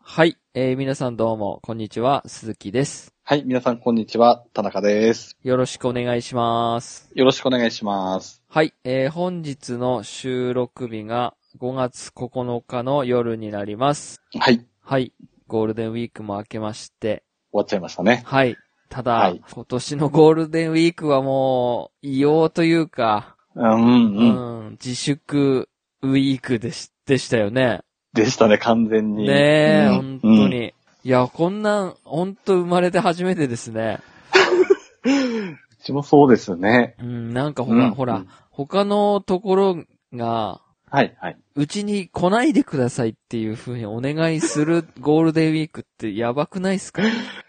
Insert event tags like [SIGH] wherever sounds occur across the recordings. はい。えー皆さんどうも、こんにちは。鈴木です。はい、皆さんこんにちは、田中です。よろしくお願いします。よろしくお願いします。はい。えー本日の収録日が5月9日の夜になります。はい、終はい。ゴールデンウィークも明けまして。わっちゃいましたね。はい。ただ、はい今年のゴールデンウィークはもう、異様というか、うん、ううん。ん、自粛ウィークでし、でしたよね。でしたね、完全に。ねえ、う本ん当に。いや、こんなん、本当生まれて初めてですね。うちもそうですね。うん、なんかほら、うんほうらん、他のところが、はい、はい。うちに来ないでくださいっていう風にお願いする [LAUGHS] ゴールデンウィークってやばくないですか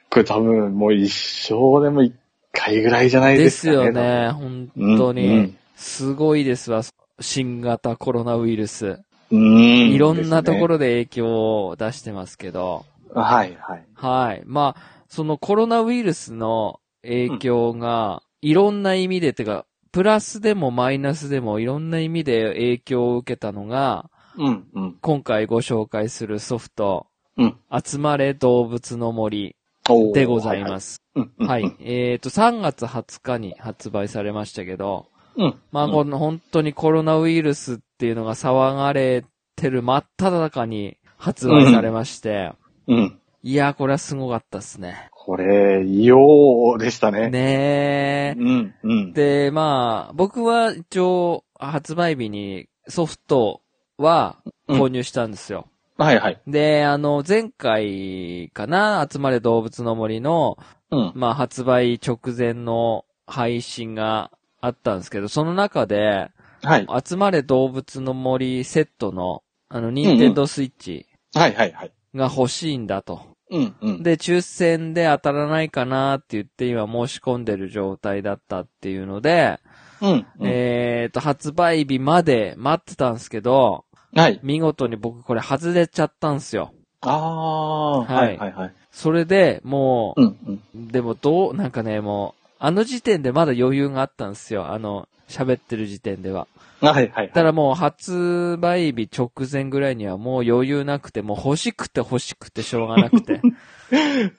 これ多分もう一生でも一回ぐらいじゃないでですすかね。よね、本多分。うん当に。うんすごいですわ、新型コロナウイルス。うん。いろんなところ。ろで影響を出してますけど。はい、はい。はい。まあ、そのコロナウイルスの影響が、いろんな意味で、てか、プラスでもマイナスでもいろんな意味で影響を受けたのが、うん、うん。今回ご紹介するソフト、うん集まれ動物の森おーでございま。す。はいうん、うんはい。。えっ、と、3月20日に発売されましたけど、うん。まあ、この本当にコロナウイルスっていうのが騒がれてる真っ只中に発売されまして、うん。いや、これはすごかったですね。これ、ようでしたね。ねうん、うえ。ん。で、まあ、僕は一応、発売日にソフトはうん購入したんですよ。はい、はい。で、あの、前回かな、集まれ動物の森の、うん。まあ、発売直前の配信があったんですけど、その中で、はい。集まれ動物の森セットの、あの、んニンテンドースイッチはい、はい、はい。が欲しいんだと。うん、うん。で、抽選で当たらないかなって言って今申し込んでる状態だったっていうので、うん、うん。えっと、発売日まで待ってたんですけど、はい。見事に僕これ外れちゃったんですよ。ああー、ははいいはいはい。それで、もうんうん。う、でもどう、なんかね、もう、あの時点でまだ余裕があったんですよ。あの、喋ってる時点では。はいはいたはい。だもう発売日直前ぐらいにはもう余裕なくて、もう欲しくて欲しくてしょうがなく [LAUGHS] て。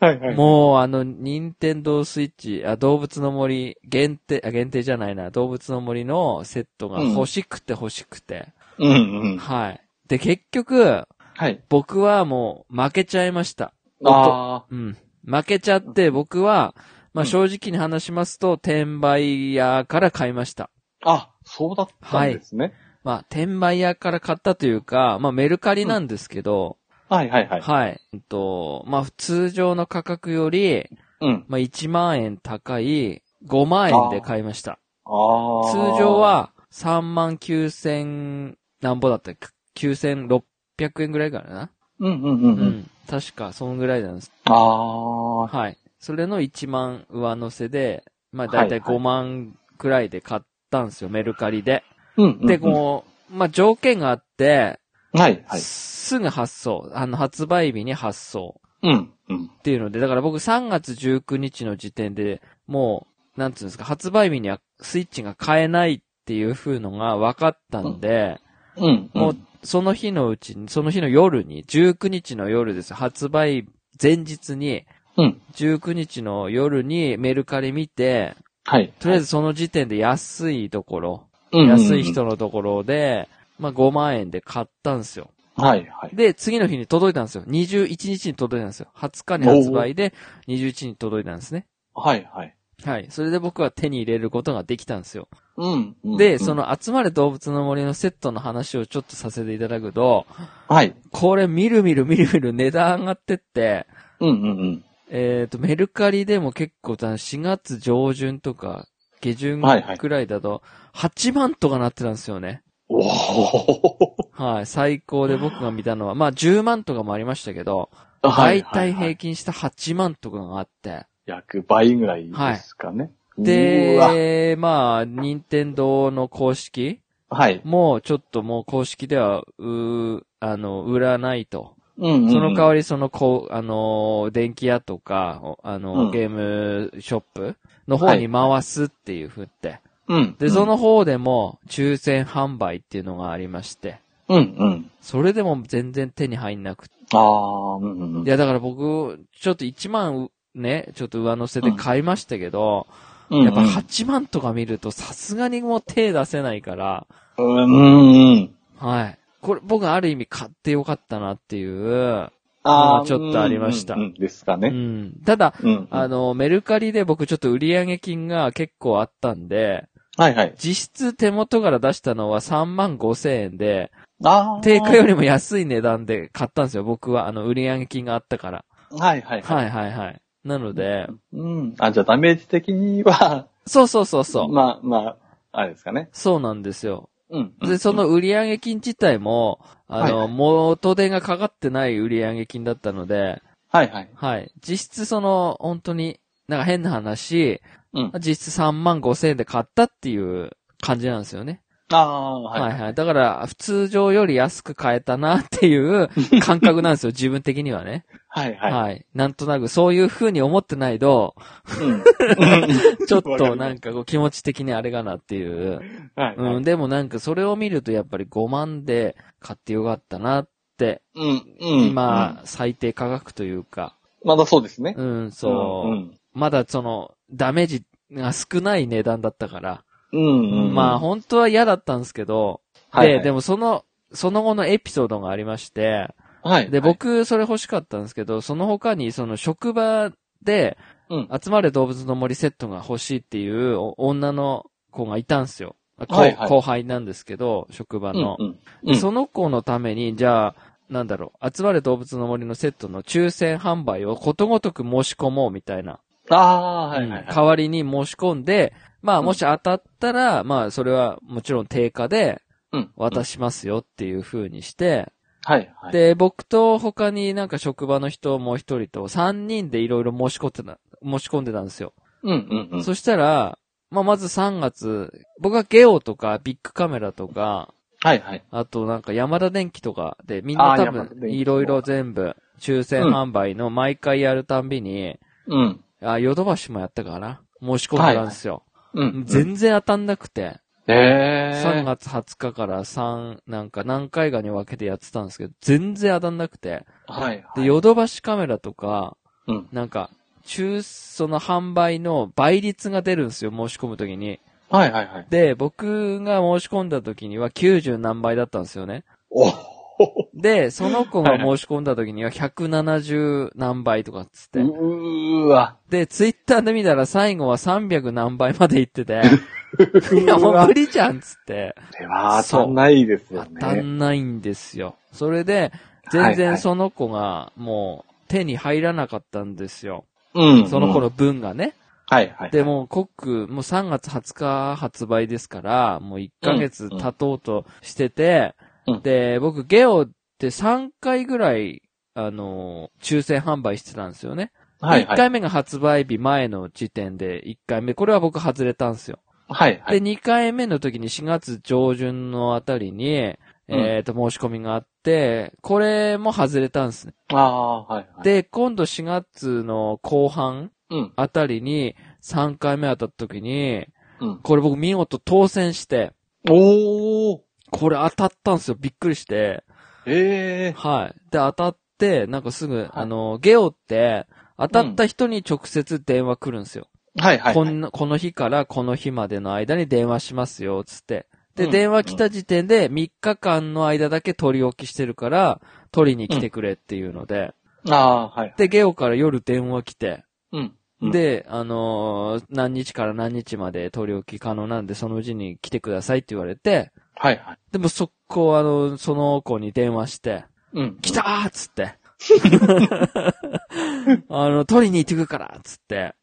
はいはい。もう、あの、任天堂スイッチ、あ、動物の森限定、あ、限定じゃないな、動物の森のセットが欲しくて欲しくて。うんうん。はい。で、結局、はい。僕はもう負けちゃいました。あうん。負けちゃって、僕は、まあうん正直に話しますと、転売屋から買いました。あ、あ、そうだったんですね。まあ、転売屋から買ったというか、まあメルカリなんですけど、はいはいはい。はい。うんと、まあ通常の価格より、うん。まあ、1万円高い5万円で買いました。ああ。通常、は3万9千、なんぼだったっけ ?9600 円ぐらいからな。うんうんうんううん。ん。確か、そのぐらいなんです。ああ。はい。それの1万上乗せで、まあ、はだいいたいはい5万くらいで買ったんですよ、メルカリで。うんうんうん。で、こう、まあ、条件があって、はいはい。すぐ発送。あの、発売日に発送。うんうん。っていうので、だから僕3月19日の時点で、もう、なんつうんですか、発売日にはスイッチが買えないっていう風のが分かったんで、うん。もう、その日のうちに、その日の夜に、19日の夜です。発売前日に、うん。 19日の夜にメルカリ見て、はい。とりあえずその時点で安いところ、うんうんうん安い。人のところで、まあ5万円で買ったんですよ。はいはい。で、次の日に届いたんですよ。21日に届いたんですよ。20日に発売で、21日に届いたんですね。はいはい。はい。それで僕は手に入れることができたんですよ。うんうん。で、そ。の集まれ動物の森のセットの話をちょっとさせていただくと、はい。これみるみるみるみる値段上がってって、うんうんうん。えっ、と、メルカリでも結構だ、4月上旬とか、下旬はいはいくらいだと、8万とかなってたんですよね。おお。はい。最高で僕が見たのは、まあ10万とかもありましたけど、大はいはい体はい平均した8万とかがあって。約倍ぐらいですかね。うわで、まあ、任天堂の公式はい。もうちょっともう公式では、うー、あの、売らないと。うんうんうん。その代わりその、こう、あのー、電気屋とか、おあのー、うんゲームショップの方に回すっていうふうって。うん。で、その方でも抽選販売っていうのがありまして。うんうん。それでも全然手に入んなくて。ああ、うんうんうん。いや、だから僕、ちょっと1万、ね、ちょっと上乗せで買いましたけど、うんうん、やっぱ8万とか見るとさすがにもう手出せないから、うんうんうん。はい。これ僕ある意味買ってよかったなっていう、ああ、ちょっとありましたうんうんうんですかうね。ん。ただ、うんうん。あの、メルカリで僕ちょっと売上金が結構あったんで、はいはい。実質手元から出したのは3万5千円で、ああ。定価よりも安い値段で買ったんですよ、僕は。あの、売上金があったから。はいはいははい。いはいはい。なので、うん。あ、じゃあダメージ的には、そうそうそうそう。まあまあ、あれですかね。そうなんですよ。うん。で、その売上金自体も、あの、元手がかかってない売上金だったので、はいはい。はい。実質その、本当に、なんか変な話、うん実質3万5千円で買ったっていう感じなんですよね。ああ、は、はいはい、い。だから、普通上より安く買えたなって [LAUGHS] いう感覚なんですよ、自分的にはね。はいはい。はい。なんとなくそういう風に思ってない [LAUGHS] と、うんちょっとなん、わかこう気持ち的にあれかなっていう。りますはいはい。うん、でもなんかそれを見るとやっぱり5万で買ってよかったなって、うん、うん。今、最低価格というか、うん、まだそうですね。うん、そう、んまだその、ダメージが少ない値段だったから、うん。うん。うんまあ、本当は嫌だったんですけど、はいはいで、でもその、その後のエピソードがありまして、はい。で、、僕、それ欲しかったんですけど、その他に、その、職場で、うん。集まれ動物の森セットが欲しいっていうお女の子がいたんですよ。こうはいはい後輩なんですけど、職場の、うんうん。その子のために、じゃあ、なんだろう、集まれ動物の森のセットの抽選販売をことごとく申し込もうみたいな。ああ、はいはいうんはい。代わりに申し込んで、まあうんもし当たったら、まあそれはもちろん定価でうん。渡しますよっていう風にして、はいはい。、で、僕と他になんか職場の人もう一人と三人でいろいろ申し込んでた、申し込んでたんですよ。うんうんうん。そしたら、まあまず3月、僕はゲオとかビッグカメラとか、はいはい。あとなんか山田電機とかでみんなあー多山田電機と分かいろいろ全部抽選販売の毎回やるたんびに、うん。あ、ヨドバシもやったかな申し込んでたんですよ。うん。全然当たんなくて、ええ。 3月20日から3、なんか何回かに分けてやってたんですけど、全然当たんなくて、はいはい。で、ヨドバシカメラとか、うん。なんか、中、その販売の倍率が出るんですよ、申し込むときに。はいはいはい。で、僕が申し込んだときには90何倍だったんですよね。おで、その子がはいは申し込んだときには170何倍とかっつって。うーわ。で、ツイッターで見たら最後は300何倍までい [LAUGHS] ってて、いや、うもうわ無理じゃんっつって。これは当たんないですよ当ね。たんないんですよ。それで、全然その子がもう手に入らなかったんですよ。うん。その子の分がね。はいはい。で、、もうコック、もう3月20日発売ですから、もう1ヶ月経とうとしてて、うんで、僕ゲオって3回ぐらい、あの、抽選販売してたんですよね。はいは1い。回目が発売日前の時点で1回目、これは僕外れたんですよ。はいはで、い。 2回目の時に4月上旬のあたりに、えっ、と、申し込みがあって、これも外れたんですね。ああ、はいはい。、で、今度4月の後半うん。あたりに3回目当たった時に、うん。これ僕見事当選して、おー。これ当たったんですよ。びっくりして。ええ。はい。で、当たって、なんかすぐ、いあの、ゲオって、当たった人に直接電話来るんですよ。はいはい。こんな、この日からこの日までの間に電話しますよ、つって。で、うん電話来た時点で3日間の間だけ取り置きしてるから、取りに来てくれっていうので。ああー、はい。で、ゲオから夜電話来て。うん。うんで、あのー何日から何日まで取り置き可能なんで、そのうちに来てくださいって言われて、はいはい。でも速攻、あの、その子に電話して、うん。来たーっつって。あの、取りに行ってくるからっつって。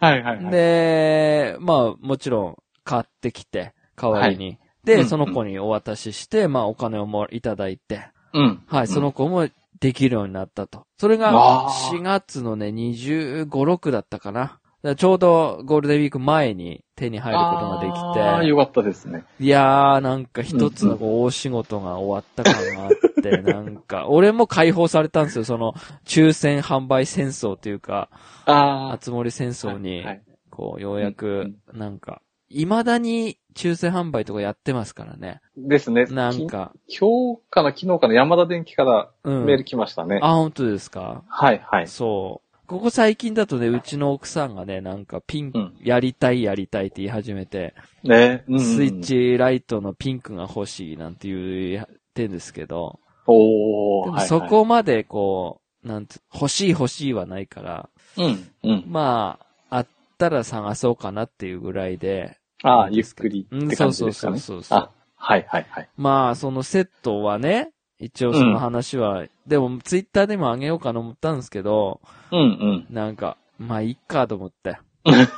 はいはいはい。で、まあ、もちろん、買ってきて、代わりに。うんで、うんその子にお渡しして、まあ、お金をもいただいて、うん。はい、その子もできるようになったと。それが、あー4月のね、25、6だったかな。だからちょうどゴールデンウィーク前に手に入ることがでああ、きよかったですね。て、いやー、なんか一つのこう大仕事が終わった感があって、 [LAUGHS] なんか、俺も解放されたんですよ、その、抽選販売戦争というか、ああ。熱盛戦争にはい。こう、ようやうんく、なんか、未だに抽選販売とかやってますからね。ですね。なんか、き。今日かな昨日かな山田電機からうん。メール来ましたね。あ、本当ですかはいはい。そう。ここ最近だとね、うちの奥さんがね、なんかピン、うんやりたいやりたいって言い始めて、ね。うんうんスイッ。チライトのピンクが欲しいなんて言ってんですけど、おでもー。はいはいそ、こまでこう、なんて、欲しい欲しいはないから、うんうん。まあ、あったら探そうかなっていうぐらいで、あなあ、んゆでっすかくりうっん、てそう感じそうですかそうね。そうそう。あ、はいはいはい。まあ、そのセットはね、一応その話は、でもツイッターでもあげようかな思ったんですけど、うんうん。なんか、まあ、いっかと思っ [LAUGHS] て。うん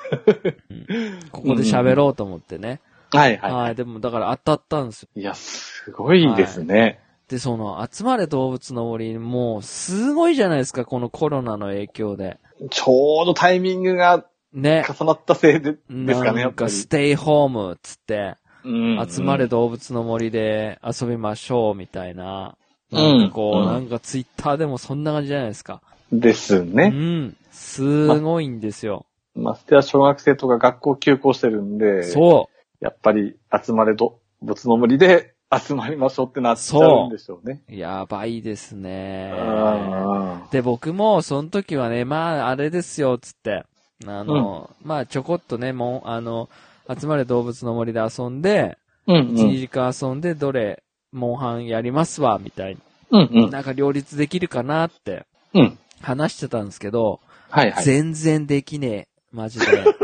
ここで喋ろうと思ってね。はいはい。はい、でもだから当たったんですよ。いや、すごいですね。で、その、集まれ動物の森、もう、すごいじゃないですか、このコロナの影響で。ちょうどタイミングがね。重なったせいで、ですかね、なやんっか、ぱり。ステイホームっつって、うん集まれ。動物の森で遊びましょう、みたいな。うんなんかこう、うんなんかツイッターでもそんな感じじゃないですか。ですうね。ん。すごいんですよ。ましてや小学生とか学校休校してるんで、そやっぱり集まれ動物の森で集まりましょうってなっちゃうんでしょうね。う。やばいですね。あで、僕も、その時はね、まあ、あれですよ、つって。あの、まあ、ちょこっとね、もう、あの、集まれ動物の森で遊んで、ーうん1、う2ん。時間遊んで、どれ、モンハンやりますわ、みたいうんうな。ん。なんか両立できるかなってうん。話してたんですけど、はいはい。全然できねえ。マジで。 [LAUGHS]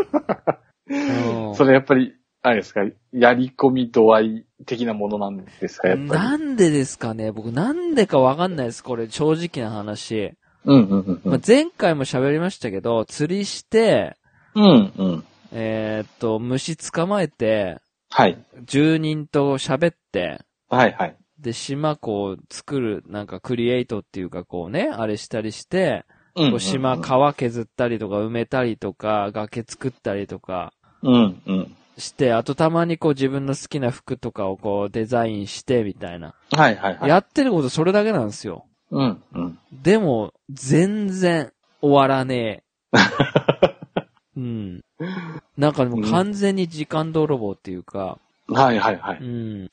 うんそれやっぱり、あれですか、やり込み度合い的なものなんですか、やっぱり。なんでですかね僕なんでかわかんないです。これ、正直な話。うんうんうんうまあん。前回も喋りましたけど、釣りして、うんうん。えーっと、虫捕まえて、はい。住人と喋って、はいはい。で、島こう作る、なんかクリエイトっていうかこうね、あれしたりして、うんうこんううん島川削ったりとか埋めたりとか、崖作ったりとかうんうん。して、あとたまにこう自分の好きな服とかをこうデザインしてみたいな。はいはいはい。やってることそれだけなんですよ。うんうん。でも、全然終わらね [LAUGHS] え。うん。なんかもう完全に時間泥棒っていうか、はいはいはうい。ん。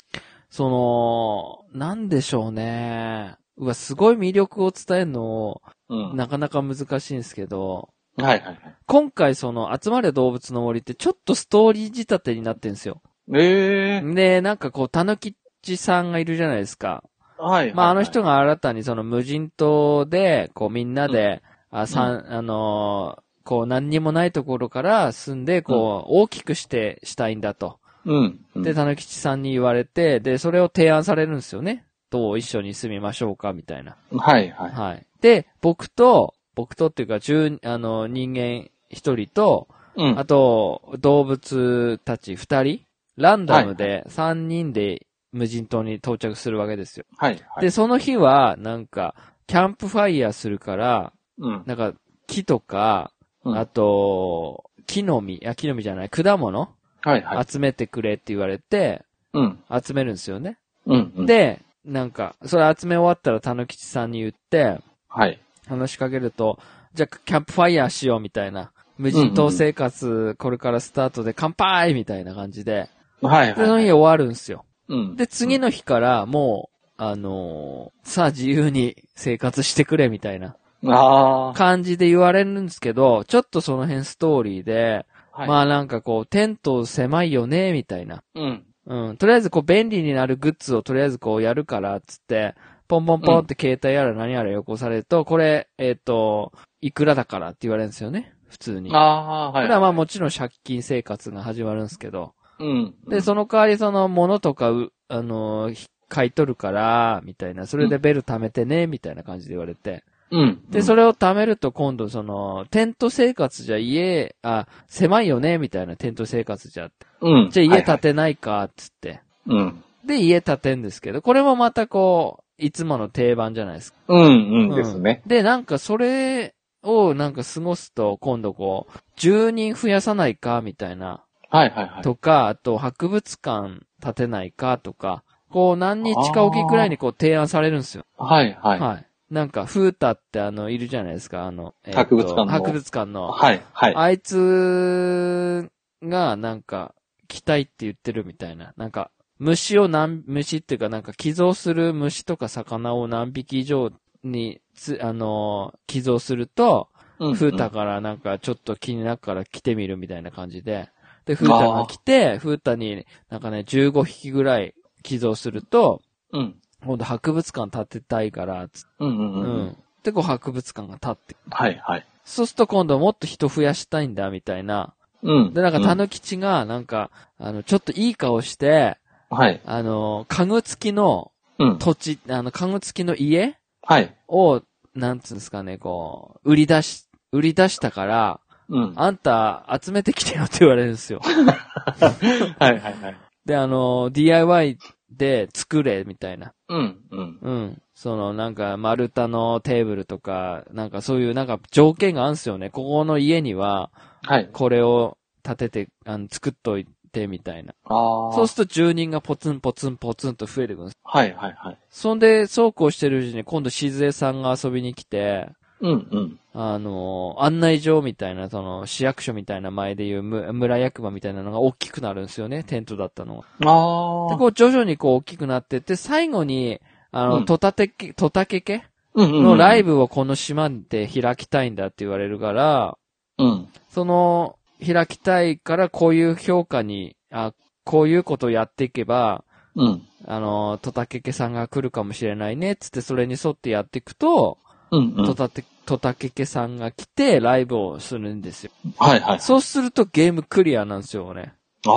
その、なんでしょうね。うわ、すごい魅力を伝えるの、うん。なかなか難しいんですけど、はいはいはい。今回その、集まれ動物の森ってちょっとストーリー仕立てになってんですよ。ええで、なんかこう、たぬきっちさんがいるじゃないですか。はいはいはい。まあ、あの人が新たにその無人島で、こう、みんなで、あ、さん、あのーこう、何にもないところから住んで、こう、大きくして、したいんだと。うん。うん。で、たぬきちさんに言われて、で、それを提案されるんですよね。どう一緒に住みましょうか、みたいな。はいはい。はい。で、僕と、僕とっていうか、十、あの、人間一人と、うん。あと、動物たち二人、ランダムで三人で無人島に到着するわけですよ。はいはい。で、その日は、なんか、キャンプファイヤーするから、うん。なんか、木とか、うんあと、木の実、あ、木の実じゃない、果物はいはい。集めてくれって言われて、うん。集めるんですよね。うん。うん、で、なんか、それ集め終わったらたぬきちさんに言って、はい。話しかけると、じゃあキャンプファイヤーしようみたいな。無人島生活、これからスタートで乾杯みたいな感じで。はいで、そのはい。日終わるんすよ。うん。で、次の日からもう、あのーさあ自由に生活してくれみたいなああ。感じで言われるんですけど、ちょっとその辺ストーリーで、はい。まあ、あなんかこう、テント狭いよね、みたいな。うん。うん。とりあえずこう便利になるグッズをとりあえずこうやるから、つって、ポンポンポンって携帯やら何やらよこされると、これ、えっ、と、いくらだからって言われるんですよね。普通に。ああ、はい。ただまあもちろん借金生活が始まるんですけど。うん。で、その代わりその物とかう、あのーひ買い取るから、みたいな。それでベル貯めてね、みたいな感じで言われて。うん。で、それを貯めると今度その、テント生活じゃ家、あ、狭いよね、みたいなテント生活じゃって。うん。じゃあ家建て。てないか、つって。うん。で、家建てんですけど、これもまたこう、いつもの定番じゃないですか。うん。うん。ですね。で、なんかそれをなんか過ごすと、今度こう、住人増やさないか、みたいな、はいはいはい。とか、あと博物館建てないか、とか、こう何日かおきくらいにこう提案されるんですよ。はいはい。ははい。なんか、フータってあの、いるじゃないですか、あの、えーと博物館の博物館の。いはい。あいつが、なんか、来たいって言ってるみたいな。なんか、虫を何、虫っていうかなんか寄贈する虫とか魚を何匹以上に、つ、あのー寄贈すると、うん風太からなんかちょっと気になるから来てみるみたいな感じで。で、風太が来て、風太になんかね、15匹ぐらい寄贈すると、うん。今度博物館建てたいから、つうんうんううん。ん。で、こう博物館が建って。はいはい。そうすると今度もっと人増やしたいんだ、みたいな。うん。で、なんか、うたぬきちが、なんか、あの、ちょっといい顔して、はい。あの、家具付きのうん。土地、あの、家具付きの家はい。を、なんつうんですかね、こう、売り出し、売り出したから、うん。あんた、集めてきてよって言われるんですよ。 [LAUGHS] はいはいはい。で、あの、DIY で作れ、みたいな。うん。うん。うん。その、なんか、丸太のテーブルとか、なんかそういう、なんか条件があるんですよね。ここの家には、はい。これを建てて、あの、作っといて、みたいな。ああ。そうすると住人がポツンポツンポツンと増えてくるんです。はいはいはい。そんで、そうこうしてるうちに、今度静江さんが遊びに来て、うんうん。あの、案内所みたいな、その、市役所みたいな前でいうむ村役場みたいなのが大きくなるんですよね、テントだったのが。ああ。で、こう徐々にこう大きくなってって、最後に、あうの、んトタテケ、トタケケうんうんうんのライ。ブをこの島で開きたいんだって言われるから、うん。その、開きたいからこういう評価に、あ、こういうことをやっていけば、うん。あの、トタケケさんが来るかもしれないね、つってそれに沿ってやっていくと、うんうん。トタテ、トタケケさんが来てライブをするんですよ。はいはい。そうするとゲームクリアなんですよね。あ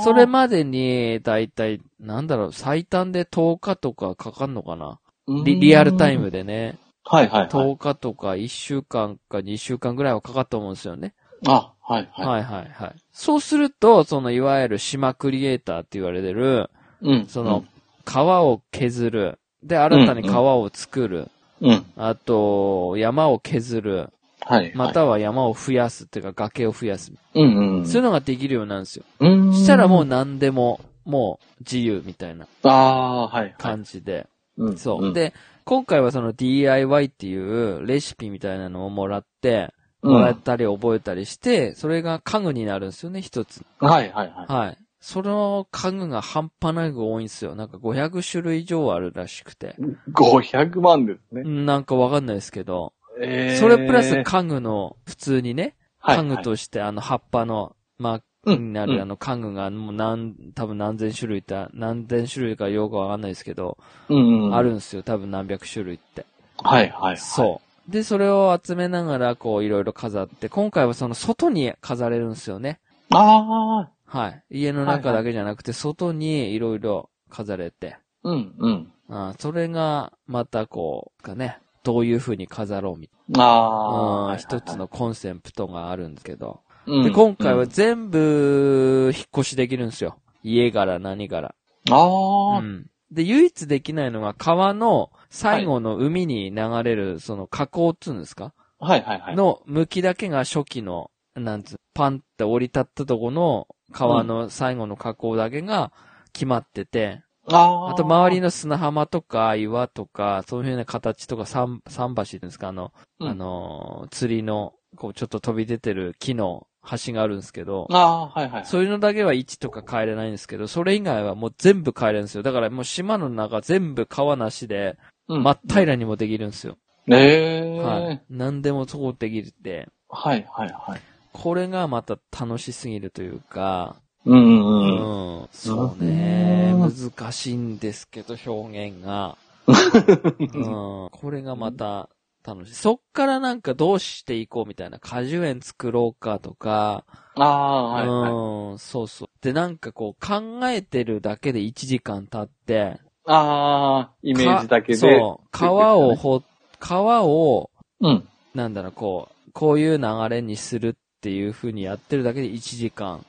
あ。それまでに、だいたい、なんだろう、最短で10日とかかかんのかなうん、リリアルタイムでね、はいはいはい。 10日とか1週間か2週間ぐらいはかかったと思うんですよね。あ、はいはい。はいはいはい。そうすると、そのいわゆる島クリエイターって言われてる、うん。その、川を削る。で、新たに川を作る。うん。うん。あと、山を削る。はい。ま、たは山を増やすっていうか崖を増やす。うんうんうん。そういうのができるようになるんですよ。うん。そしたらもう、何でも、もう自由みたいなああー、はいはい。感じで。うんそう。、で、今回はその DIY っていうレシピみたいなのをもらって、うんもらったり覚えたりして、それが家具になるんですよね、一つ。はいはいはい。はい。その家具が半端なく多いんですよ。なんか500種類以上あるらしくて。 500万ですね。なんかわかんないですけど。えーそれプラス家具の、普通にね、はい家具としてあの葉っぱの、まあ、うんになうんるあの家具がもう何、多分何千種類って、何千種類かよくわかんないですけど、うんうん。あるんですよ。多分何百種類って。はいはいはい。そう。で、それを集めながら、こう、いろいろ飾って、今回はその外に飾れるんですよね。ああ、はい。家の中だけじゃなくて、外にいろいろ飾れて。うんうん。あーそれが、またこう、かね、どういう風に飾ろうみたいなあうあ。ん。一つのコンセプトがあるんですけど。うん。で、今回うはん全部、引っ越しできるんですよ。家から何から。あうあ、ん。で、唯一できないのが川の最後の海に流れる、その河口っつうんですかはいはいはい。の向きだけが初期の、なんつう、パンって降り立ったとこの川の最後の河口だけが決まってて、ああ。あと周りの砂浜とか岩とか、そういうような形とか桟桟橋っていうんですか、あの、うんあのー、釣りの、こうちょっと飛び出てる木の橋があるんですけど、ああー、はいはい。そういうのだけは位置とか変えれないんですけど、それ以外はもう全部変えれるんですよ。だからもう島の中全部川なしで、うん真っ平らにもできるんですよ。ええ。ははいい。何でもそうできるって。はいはい。これがまた楽しすぎるというか、うんううんうん。ん、そうね、う難しいんですけど、表現 [LAUGHS] が。うん、これがまた楽しい。そっからなんかどうしていこうみたいな、果樹園作ろうかとか、ああ、はいはい。うん、そうそう。で、なんかこう考えてるだけで1時間経って、ああ、イイメージだけで。そう、川をほ、川を、うん。なんだろう、こう、こういう流れにするっていう風にやってるだけで1時間。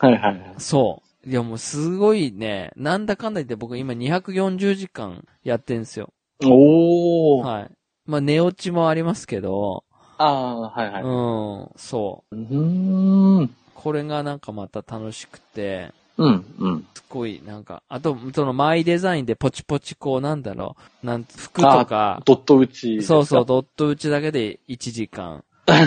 はいはいはい。そう。いやもうすごいね、なんだかんだ言って僕今240時間やってんすよ。おー。はい。まあ寝落ちもありますけど、ああ、はいはい。うん、そう。うーん。うんこれがなんかまた楽しくて、うん。すごいなんか、あと、そのマイデザインでポチポチこうなんだろう、なん服とか、ドット打ちですか。そうそう、ドット打ちだけで1時間。は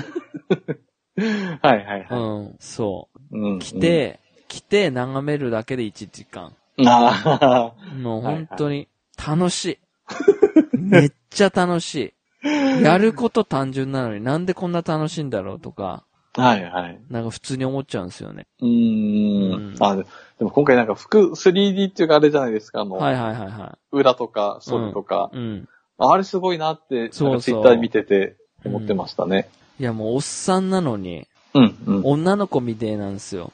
いはいはうい。ん、そう。うん来、て、来て眺めるだけで1時間。あもう本当に楽 [LAUGHS] しい。めっちゃ楽しい。やること単純なのになんでこんな楽しいんだろうとか、あ。 [LAUGHS] はいはい。なんか普通に思っちゃうんですよね。うーうんん。あ、ででも今回なんか服 3D っていうかあれじゃないですか。あの、はいはいはいは裏とか、袖とか。い。うん。あれすごいなって、そうそうツイッター見てて思ってましたね。いやもうおっさんなのに、うん、うん。女の子みてえなんですよ。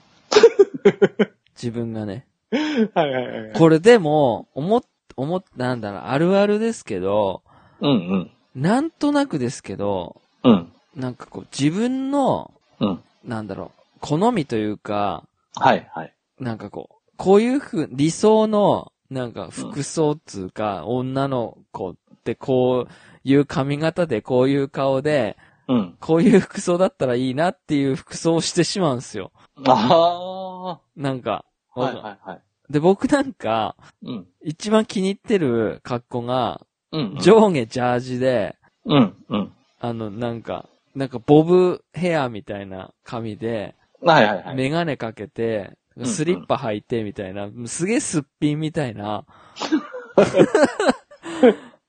自分がね。はいはいはいはい。これでも、思っ、思っ、なんだろう、あるあるですけど、うんうん。なんとなくですけど、うん。なんかこう、自分の、うん。なんだろう、好みというか、はいはい。なんかこう、こういうふう、理想の、なんか服装っつうか、女の子ってこういう髪型で、こういう顔で、うん。こういう服装だったらいいなっていう服装をしてしまうんですよ。あなんか、あ。はいはいはい。で、僕なんか、うん。一番気に入ってる格好が、うん。上下ジャージで、うん。うん。あの、なんか、なんかボブヘアみたいな髪で、はいはいはい。メガネかけて、んスリッパ履いてみたいな、すげえすっぴんみたい [LAUGHS] な。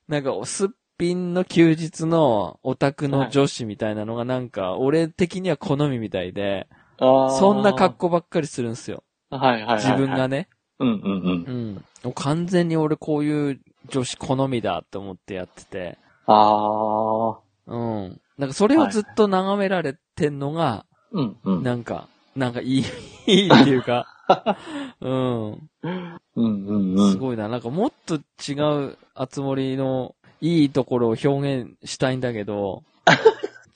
なんか、すっぴんの休日のオタクの女子みたいなのがなんか、俺的には好みみたいで、ああ。そんな格好ばっかりするんすよ。好。はいはいはい。自分が。ね。うんうんうんう。ん。もう完全に俺こういう女子好みだって思ってやってて。ああ。うん。なんかそれをずっと眺められてんのが、うんうん。なんか、なんかいい、 [LAUGHS] いいっていう [LAUGHS] か、うん。うんうんうすん。ごいな。なんかもっと違うあつ森のいいところを表現したいんだけ [LAUGHS] ど、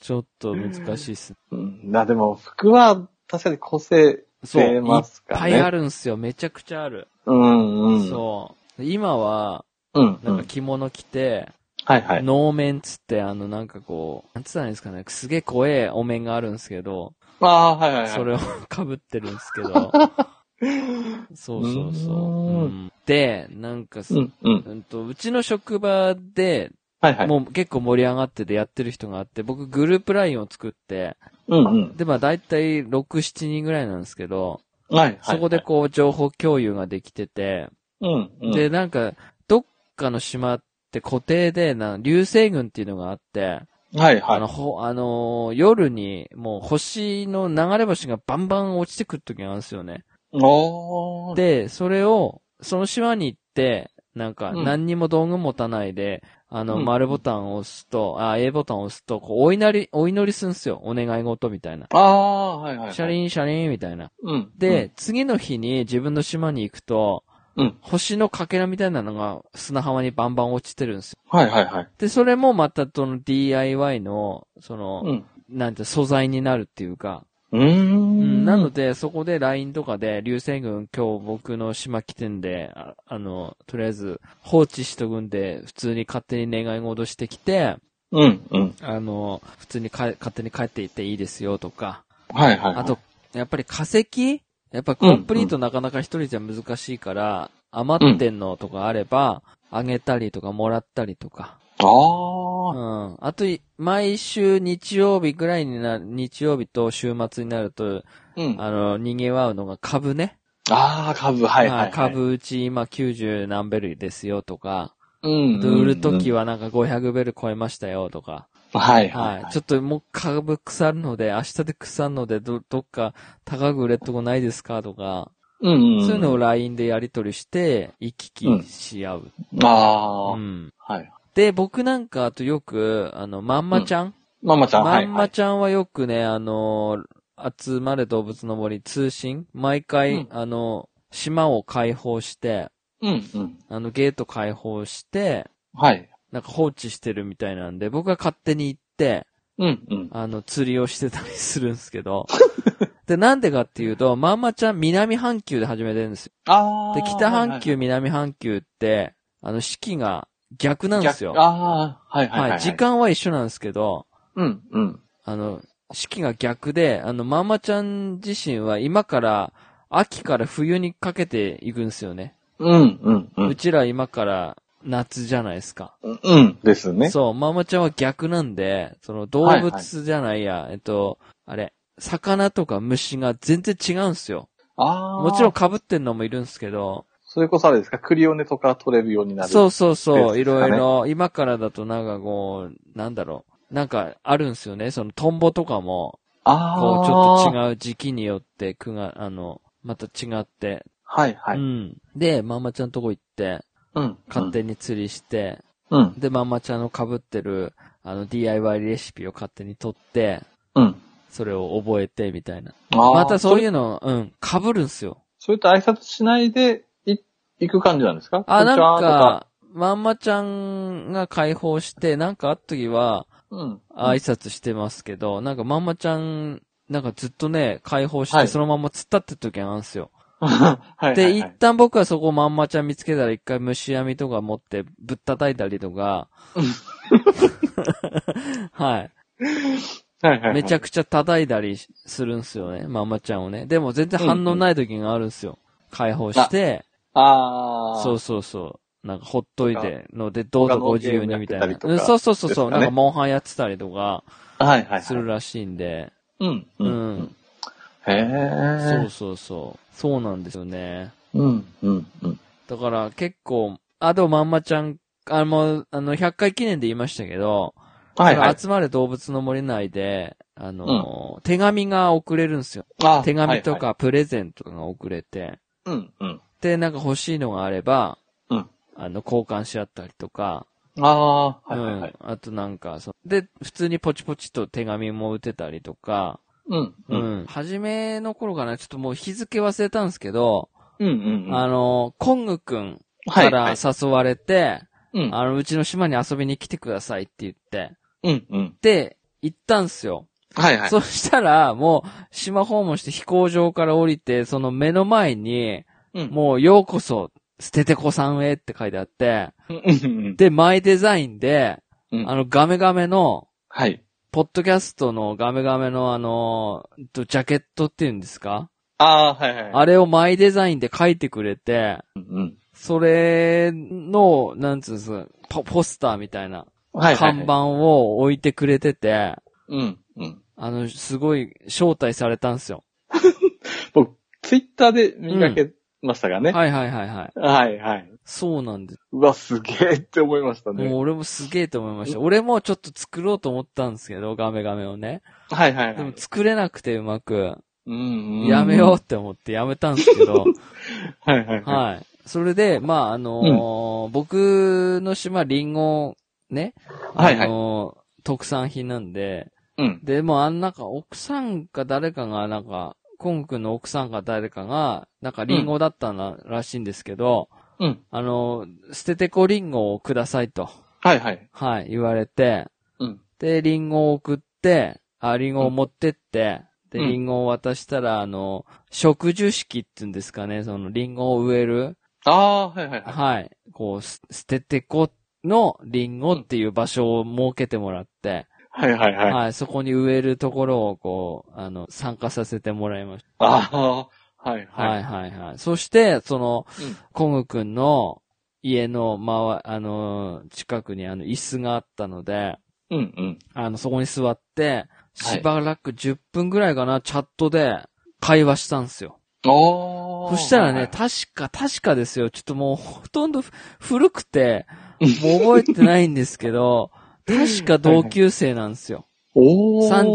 ちょっと難しいっす。うんな、でも服は確かに個性そう。出いっますかぱね。いある。るんすよ。めちゃくちゃある。うんうん。そう。で今は、う。うんうなんかん。着物着て、はいはい。能面つって、あの、なんかこう、なんつったらいいんですかね、すげえ怖えお面があるんですけど、ああ、はいはいはい。それを [LAUGHS] 被ってるんですけ [LAUGHS] ど。そうそうそう。うーんうんで、なんかす、ううんうん。と、うちの職場で、はいはい。もう結構盛り上がっててやってる人があって、僕グループラインを作って、うんうん。で、まあ大体6、7人ぐらいなんですけど、はいはい。そこでこう情報共有ができてて、うんうん。で、なんか、どっかの島って固定で、な、流星群っていうのがあって、はいはあいの、。ほ、あのー夜に、もう星の流れ星がバンバン落ちてくる時があるんですよね。おー。で、それを、その島に行って、なんか、うん何にも道具持たないで、あの、うん丸ボタンを押すと、あ、A ボタンを押すと、こう、お祈り、お祈りすんすよ。お願い事みたいな。ああ、はいはいはい。シャリン、シャリン、みたいな。うん。で、、次の日に自分の島に行くと、うん星のかけらみたいなのが砂浜にバンバン落ちてるんですよ。はいはいはい。で、それもまたその DIY の、その、うん。なんて素材になるっていうか、うーん。なので、そこで LINE とかで、流星群今日僕の島来てんで、ああの、とりあえず放置しとくんで、普通に勝手に願い事してきて、うんうん。あの、普通にか勝手に帰っていっていいですよとか、はいはいはい。あと、、やっぱり化石やっぱコンプリートなかなか一人じゃ難しいから、余ってんのとかあれば、あげたりとかもらったりとか。うあん。あとい、毎週日曜日ぐらいになる、日曜日と週末になると、あ。うん。あの、賑わうのが株ね。ああ、株、はいはい、はあい。株うち今90何ベルですよとか、うん、うん。売るときは。はなんか500ベル超えましたよとか、はいはい、ははいい。ちょっともう株腐るので、明日で腐るので、ど、どっか高く売れっとこないですかとか、うんん、うん。そういうのを LINE でやり取りして、行き来し合う。ああ、うんはい。で、僕なんかあとよく、あの、まんまちゃん、ママちゃん、まはい、んはまい。ちゃんはよくね、あの、集まれ動物の森通信、毎回、うんあの、島を開放して、うん、うん。あの、ゲート開放して、はい。なんか放置してるみたいなんで、僕が勝手に行って、うん、うん。あの、釣りをしてたりするんですけ [LAUGHS] ど。で、なんでかっていうと、まんまちゃん南半球で始めてるんですよ。ああ。で、北半球、はい南半球って、あの、四季が逆なんはい、ですよ。ああ、はいはい、はい。はい。時。間は一緒なんですけど、うん、うん。あの、四季が逆で、あの、まんまちゃん自身は今から、秋から冬にかけていくんですよね。うん、うん、う。うんちら今から夏じゃないですか。うん、ですね。そう、ママちゃんは逆なんで、その動物じゃないや、えっと、あれ、魚とか虫が全然違うんすよ。ああ。もちろん。被ってんのもいるんですけど、それこそあれですか、クリオネとか取れるようになる。そうそうそう、でいすかろねいろ、今からだとなんかこう、なんだろう、なんかあるんですよね、そのトンボとかも、ああ。こう、ちょっう。と違う時期によって、区が、あの、また違って、はいはうい。ん。で、ママちゃんとこ行って、うん。勝手に釣りして、うん。で、ママちゃんの被ってる、あの、DIY レシピを勝手に取って、うん。それを覚えて、みたいな。あー。またそういううの、うん、被るんすよ。それそれって挨拶しないで、い、行く感じなんですかあ、なんこんにちはか、まんまちゃんが解放して、なんかあった時は、とか、うん。 [LAUGHS] 挨拶してますけど、なんかまんまちゃん、なんかずっとね、解放しはて、いそのまま突っ立ってる時あるんすよ。はいはいはで、い。一旦僕はそこまんまちゃん見つけたら一回虫網とか持ってぶったたいたりとか、 [LAUGHS] はい。はいはいはい。めちゃくちゃ叩いたりするんすよね、まんまちゃんをね。でも全然反応ない時があるんすよ。解放して、ああ。そうそうそう。なんかほっといてので、どうぞご自由にみたいな。他のゲームやってたりとうかんそうそうそう [LAUGHS] そう、ですかなねんかモンハンやってたりとかはいはいはい。するらしいんで。うん。ううんん。へそえ。うそうそう。そうなんですよね。うん。うん。うん。だから結構、あとまんまちゃん、あの、あの、100回記念で言いましたけど、はいはそいの。集まれ動物の森内で、あの、手紙が送れるんですよ。あ手紙と。かプレゼントが送れて、はいはいうん。うん。で、なんか欲しいのがあれば、うんあの、交換し合ったりとか、ああー。はいはいはうい。ん。あとなんか、そで、普通にポチポチと手紙も打てたりとか、うん。う。うんん。初めの頃かな、ちょっともう日付忘れたんですけど、うん。うん。うんあの、コングくんはかいはらい。誘われて、うん。あの、うちの島に遊びに来てくださいって言って、うん。うん。で、行ったんすよ。はいはい。そしたら、もう、島訪問して飛行場から降りて、その目の前に、うん。もう、ようこそ、捨ててこさんへって書いてあって、うん。うん。で、マイデザインで、うんあの、ガメガメの、はい。ポッドキャストのガメガメのあの、えっとジャケットっていうんですかああ、はいはい。あれをマイデザインで書いてくれて、うん。それの、なんつうんですか、ポポスターみたいな、はいはい。看。板を置いてくれてて、うん。うん。あの、すごい、招待されたんですよ。僕、ツイッターで見かけましたがね。はいはいはいはい。はいはい。そうなんです。うわ、すげえって思いましたもね。う俺もすげえと思いました。俺もちょっと作ろうと思ったんですけど、ガメガメをね。はいはいでもはい。作れなくてうまく、うんうんやめようって思ってやめたんですけど、はいはいはい。はい。それで、まあ、あのー僕の島、リンゴ、ね。あのーはいはい特産品なんで、うん。で、もうあんなんか奥さんか誰かが、なんか、コン君の奥さんか誰かが、なんかリンゴだったな、らしいんですけど、うん。あのー捨ててこリンゴをくださいと、はいはい。はい、言われて、うん。で、リンゴを送って、あ、リンゴを持ってって、で、うんリンゴを渡したら、あの、植樹式って言うんですかね、その、リンゴを植える、ああー、はいはいはい。はい、こう、す捨ててこのリンゴっていう場所を設けてもらって、はいはいはい。はい、そこに植えるところを、こう、あの、参加させてもらいましああ、はいた。は、はいい。はい、はい。そして、その、うんコングくんの家の、まあのー、近くにあの、椅子があったので、うんうん。あの、そこに座って、はいしばらく10分ぐらいかな、チャットで会話したんですよ。おそしたらね、はい確か、確かですよ。ちょっともうほとんどふ古くて、もう覚えてないんですけ [LAUGHS] ど、確か同級生なんですよ。おーはい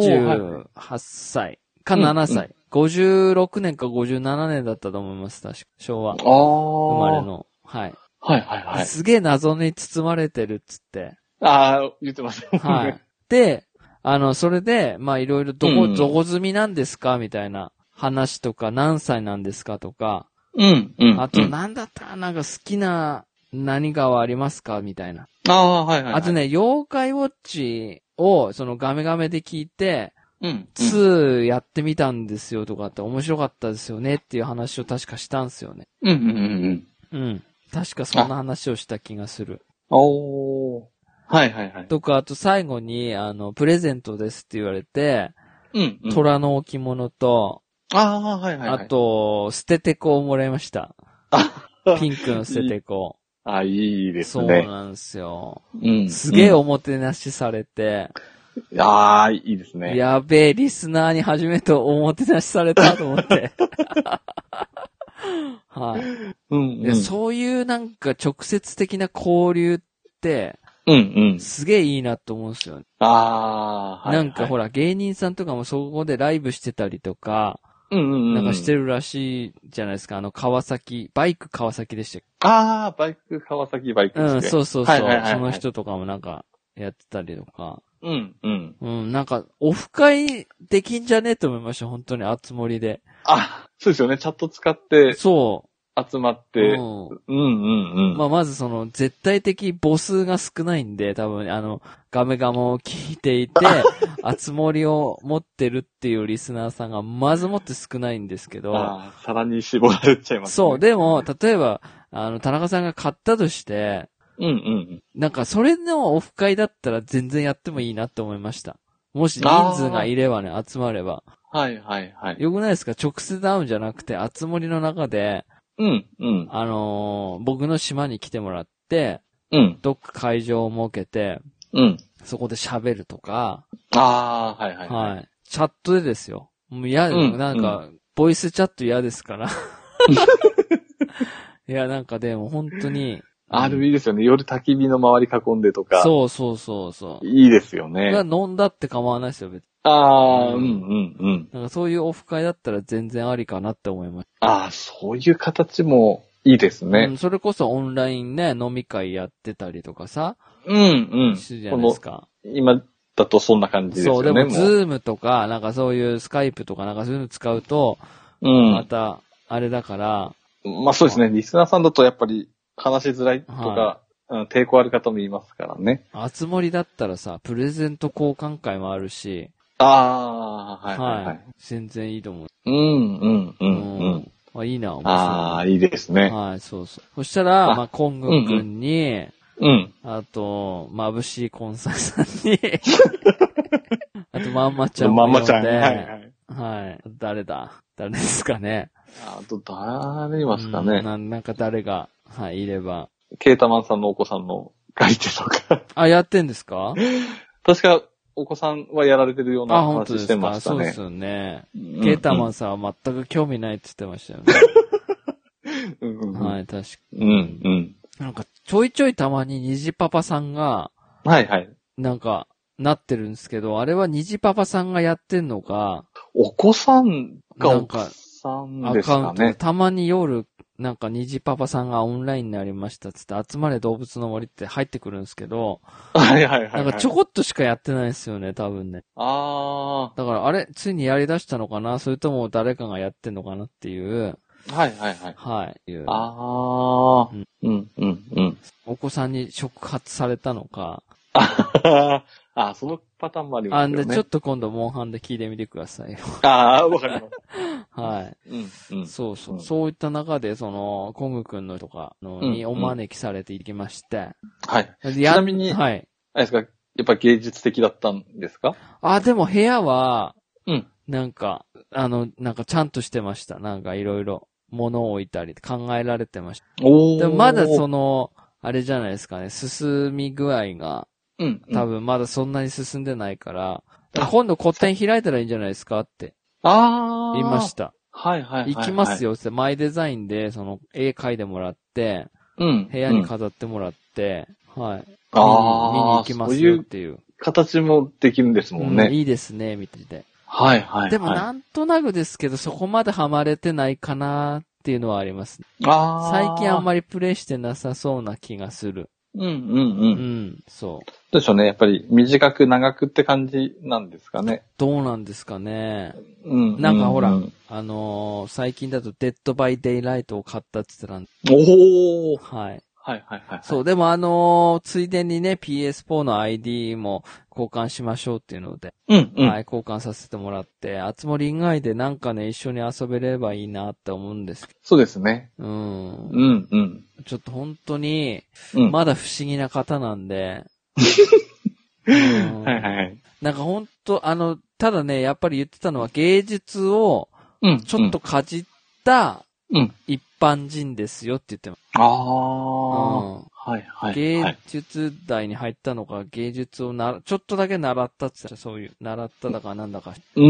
38歳かうん7歳。56年か57年だったと思います、確か。昭和あー。生まれはの。はい。いはいはい。すげえ謎に包まれてるっつって。ああ、言ってました。はい。で、あの、それで、まあ、いろいろ、どこ、うんどこ済みなんですかみたいな話とか、何歳なんですかとか、 [LAUGHS] うん、うん。あと、なんだったなんか好きな何かはありますかみたいな。ああ、はいはい。あとね、ね、妖怪ウォッチを、そのガメガメで聞いて、うん。うん2やってみたんですよとかって、面白かったですよねっていう話を確かしたんですよね。うんうんうんうん。うん。確かそんな話をした気がする。おー。はいはいはい。とか、あと最後に、あの、プレゼントですって言われて、うんうん。虎の置物と、ああ、はいはいはい。あ、と、捨ててこをもらいました。ピンクの捨ててこ。 [LAUGHS] あ、いいですそうね。なんですよ。うん。すげえうんおもてなしされて、いやー、いいですね。やべえ、リスナーに初めておもてなしされたと思 [LAUGHS] って。はい、うん、うでん。そういうなんか直接的な交流って、うん、うん。すげえいいなと思うんですよね。あー、はい。なんかほら、芸人さんとかもそこでライブしてたりとか、ら、うん、うんうん。なんかしてるらしいじゃないですか。あの、川崎、バイク川崎でしたっけあー、バイク、川崎バイクうん、ですね。そうそうそう。はいはいはいはいその人とかもなんか、やってたりとか。うん、うん。うん、なんか、オフ会できんじゃねえと思いました。本当に、あつ森で。あ、そうですよね。チャット使ってそ集まっう。て。う。うん、うん、うんん。まあ、まずその、絶対的母数が少ないんで、多分、あの、ガメガメを聞いて [LAUGHS] いて、あつ森を持ってるっていうリスナーさんが、まずもって少ないんですけど、あー、さらに絞られちゃいます、ね。そう。。でも、例えば、あの、田中さんが買ったとして、うん、うん。なんか、それのオフ会だったら全然やってもいいなって思いました。もし人数がいればね、集まれば。はい、はい、はい。よくないですか直接会うんじゃなくて、あつ森の中で、うん、うん。あのー僕の島に来てもらって、うん、どっか会場を設けて、うん。そこで喋るとか、あー、はい、はい。はい、はい。チャットでですよ。もう嫌、うんなんか、ボイスチャット嫌です [LAUGHS] から。いや、なんかでも本当に。あるいいですよね。夜焚き火の周り囲んでとか。そうそうそうそう。いいですよがね。飲んだって構わないですよ、別に。ああ、ううんんうんうん。なんかそういうオフ会だったら全然ありかなって思います。ああ、そういう形もいいですうんね。それこそオンラインね、飲み会やってたりとかさ、うんうん。するじゃないですか。今だとそんな感じですそよう、でね。も、うズームとか、なんかそういうスカイプとか、なんかそういうの使うと、まうた、あれだから、ん。まあそうですね。リスナーさんだとやっぱり話しづらいとはか、うん抵抗ある方もいますからね。あつ森だったらさ、プレゼント交換会もあるし、ああ、はいはいはい。全然いいと思う。うんうんううんうん。まあ、いいな、面白い。ああ、いいですね。はい、そうそう。そしたら、あまあ、コングくんに、うん。あと、まぶしいコンサルさんに、 [LAUGHS] あと、まんまちゃんもまん呼んで、まちゃん。はいはい。はい。誰だ誰ですかね。あと誰いますかうんね。ななんか誰が、はい、いれば。ケータマンさんのお子さんの書いてとか。 [LAUGHS] あ、やってんですか確か、お子さんはやられてるようなあ、本当話でしすてまか。したそうでねす。よね。うんゲータマンさんは全く興味ないって言ってましたよね。うんうんうんはい、確か。うんうん。なんか、ちょいちょいたまに虹パパさんが、はいはい。なんか、なってるんですけど、あれは虹パパさんがやってんのか、お子さんがなんおか子さんアですカウかントでね。たまに夜、なんか虹パパさんがオンラインになりましたっつって、集まれ動物の森って入ってくるんですけど、はいはいはいは。ないんかちょこっとしかやってないですよね、多分ね。あだから、あれ、ついにやり出したのかなそれとも誰かがやってんのかなっていう、あ。はいはいはい。はい。いうああうーん。うんうんうん。お子さんに触発されたのか。あはは [LAUGHS] あ、そのパターンもありまあすんよで、ちょねっ。と今度、モンハンで聞いてみてください [LAUGHS] よ。ああ、わかります。はうんうい。ん。そうそうう。んそういった中で、その、コング君のとかのうんにお招きされていきまして。はい。ちちなみに、あはい。れですか、やっぱ芸術的だったんですかあ、でも部屋は、うん。なんか、あの、なんかちゃんとしてました。なんかいろいろ物を置いたり考えられてました。おー。でもまだその、の、あれじゃないですかね、進み具合が、うん。多分。分まだそんなに進んでないから、あ今度個展開いたらいいんじゃないですかってああ。言いました。はいはいはい。行きます。よって、マイデザインで、その、絵描いてもらって、うん。部屋にうん飾ってもらって、はい。見にああ。見に行きますそういよっうていう。形もできるんですもんうんね。いいですね、みたいで。はいはいはい。でもなんとなくですけど、そこまでハマれてないかなっていうのはあります。あ最近あんり。まりプレイしてなさそうな気がする。うんうんう。うんん、そう。どうでしょうね。やっぱり短く長くって感じなんですかね。どうなんですかね。うんう。なんかほらうんあのー最近だとデッドバイデイライトを買ったって言っておおたら、はい。はいはいはい。。そうう、でもあのーついでにね、PS4 の ID も交換しましょうっていうので、うんうん。はい、交換させてもらって、あつ森以外でなんかね、一緒に遊べればいいなって思うんですけそうですね。ど、うん。うんうん。ちょっと本当に、うん。まだ不思議な方なんで、うんはいはいはい。なんか本当あの、ただね、やっぱり言ってたのは芸術をうん。ちょっと。かじったうん。一般人ですよって言ってます。あうあ、んはいはい、は芸い。術大に入ったのか、芸術をなら、ちょっとだけ習ったって言ったらそういう、習っただかなんだか。うー。う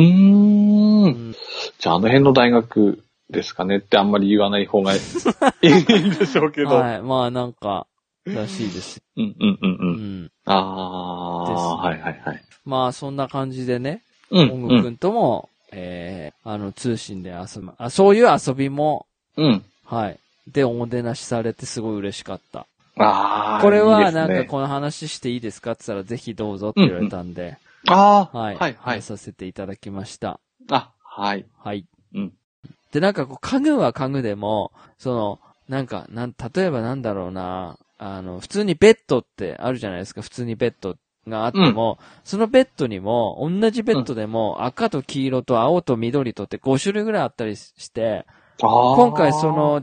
んん。じゃああの辺の大学ですかねってあんまり言わない方 [LAUGHS] がいいんでしょうけど。はい。まあなんか、らしいです。うんうんうんう。うんん。ああ、はいですはいはい。まあそんな感じでね、うオん、うムくん。んとも、えー、あの、通信で遊ぶ。あ、そういう遊びも、うん。はい。で、おもてなしされてすごい嬉しかった。ああ、これいいはですなんかね、この話していいですかって言ったらぜひどうぞって言われたんで、ああ、はい。はいはい話。させていただきました。あ、はい。はい。うん。で、なんかこう、家具は家具でも、その、なんか、なん、例えばなんだろうな、あの、普通にベッドってあるじゃないですか、普通にベッドがあっても、そのベッドにも、同じベッドでも、赤と黄色と青と緑とって5種類ぐらいあったりして、今今回そ、の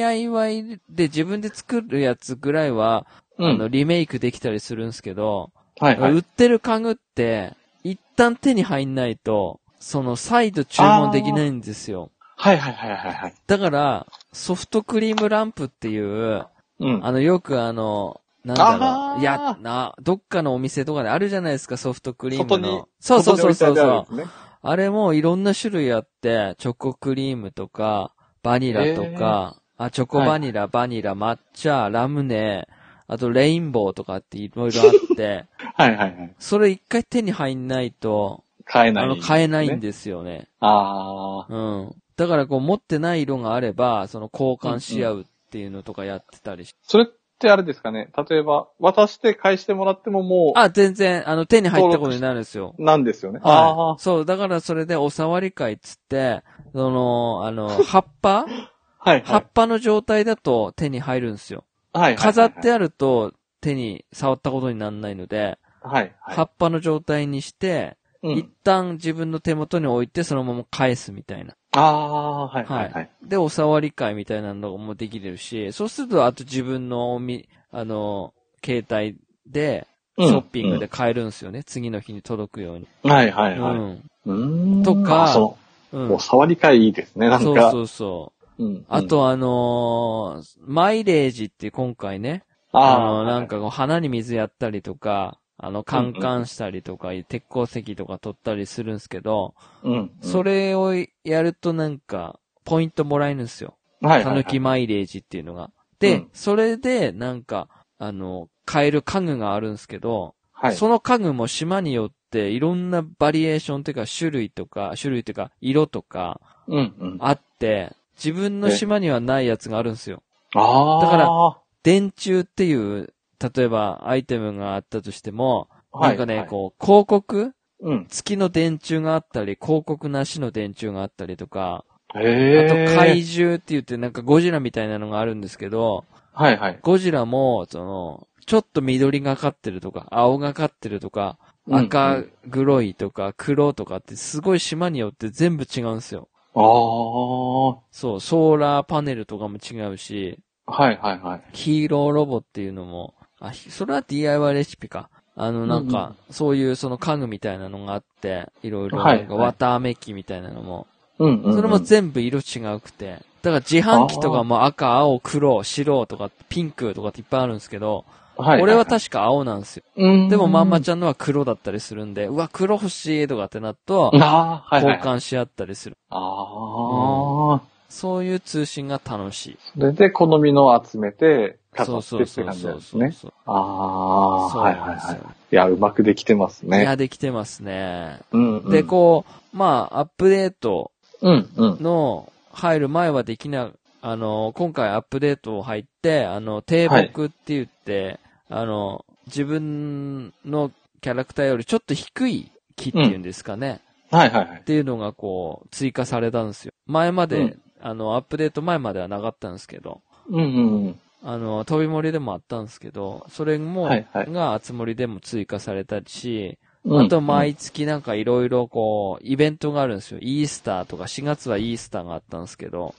DIY で自分で作るやつぐらいは、うあの、ん、リメイクできたりするんですけど、はいは売い。ってる家具って、一旦手に入んないと、その再度注文できないんですよ。はいはいはいはいはい。だから、ソフトクリームランプっていう、うん。あの、よくあの、なんだろあう。ーいや、な、どっかのお店とかであるじゃないですか、ソフトクリーム外にの。そうそうそうそう外に置そいてう。あるやつねあれもいろんな種類あって、チョコクリームとか、バニラとか、あ、チョコバニラ、バニラ、抹茶、ラムネ、あとレインボーとかっていろいろあ [LAUGHS] って、はいはいはい。それ一回手に入んないと、買えない。あの、買えないんで。ですよね。あうん。だからこう、持ってない色があれば、その交換し合うっていうのとかやってたりし、ー。それってあれですかね。例えば、渡して返してもらってももう、あ、全然、あの、手に入ったことになるんですよ。なんですよね。はあい。そう、だからそれでお触り会っつって、その、あ [LAUGHS] の、葉っぱあー。はい葉はいっ。ぱの状態だと手に入るんですよ。はいはいはいはい。飾ってあると手に触ったことにならないので、はいはい。葉っぱの状態にして、う一ん。旦自分の手元に置いてそのまま返すみたいな。ああー、はいはいはい。で、お触り会みたいなのもできるし、そうすると、あと自分のおみ、あの、携帯で、シうんョッピングで。買えるんですよね。次の日に届くように。うんはいはいうはい。ん。うーん。とかあそうんの、お触り会いいですね、なんか。そうそうそう。うん。あと、あのーマイレージって今回ね、うん、あーの、なん、かこう、花に水やったりとか、あの、カンカンしたりとか、鉄鉱石とか取ったりするんですけど、うん。それ、れをやるとなんか、ポイントもらえるんですよ。はいたはいはぬい。きマイレージっていうのが。で、うんそれで、なんか、あの、買える家具があるんですけど、はい。その家具も島によっていろんなバリエーションというか種類とか、種類というか色とかうんうん。あって、自分の島にはないやつがあるんですよ。ああ。だからは電柱っていう、例えばアイテムがあったとしても、い、なんかね、こう、広告う。うん。付きの電柱があったり、広告なしの電柱があったりとか、へあとえ。怪獣って言ってなんかゴジラみたいなのがあるんですけど、はいはい。ゴジラも、その、ちょっと緑がかってるとか、青がかってるとか、うんう赤ん黒いとか、黒とかってすごい島によって全部違うんですよ。ああ。はそう、ソーラーパネルとかも違うし、いはいはい。ヒーローロボっていうのも、あ、ひそれは DIY レシピか。あの、なんうんうか、そういうその家具みたいなのがあって、いろいろ、はいなんかはい綿あめ機みたいなのも、うんうん、うん。それも全部色違うくて、だから自販機とかも赤、青、黒、白とか、ピンクとかっていっぱいあるんですけど、はいいい、俺は確か青なんですよ。うん。でもまんまちゃゃんのは黒だったりするんで、うわ、黒欲しいとかってなると、ああ、はい交はいはい。換し合ったりする。ああ。そういう通信が楽しい。それで、好みのを集めて、そ飾うってそうってそう感じそなんうですそう。ね。ああ、そうはいなはんいではすいよ。。いや、うまくできてますいね。や、できてますね。うん、うん。で、こう、まあ、アップデートう。うんうん。の入る前はできな、あの、今回アップデートを入って、あの、低木って言って、あの、自分のキャラクターよりちょっと低い木っていうんですかね。はいはいはいっ。ていうのがこう、追加されたんですよ。前まで、うんあの、アップデート前まではなかったんですけど、うんうんうん。あの、飛び森でもあったんですけど、それも、はいはいが、あつ森でも追加されたし、うんあと、毎月なんかいろいろこう、イベントがあるんですよ。イースターとか、4月はイースターがあったんですけど、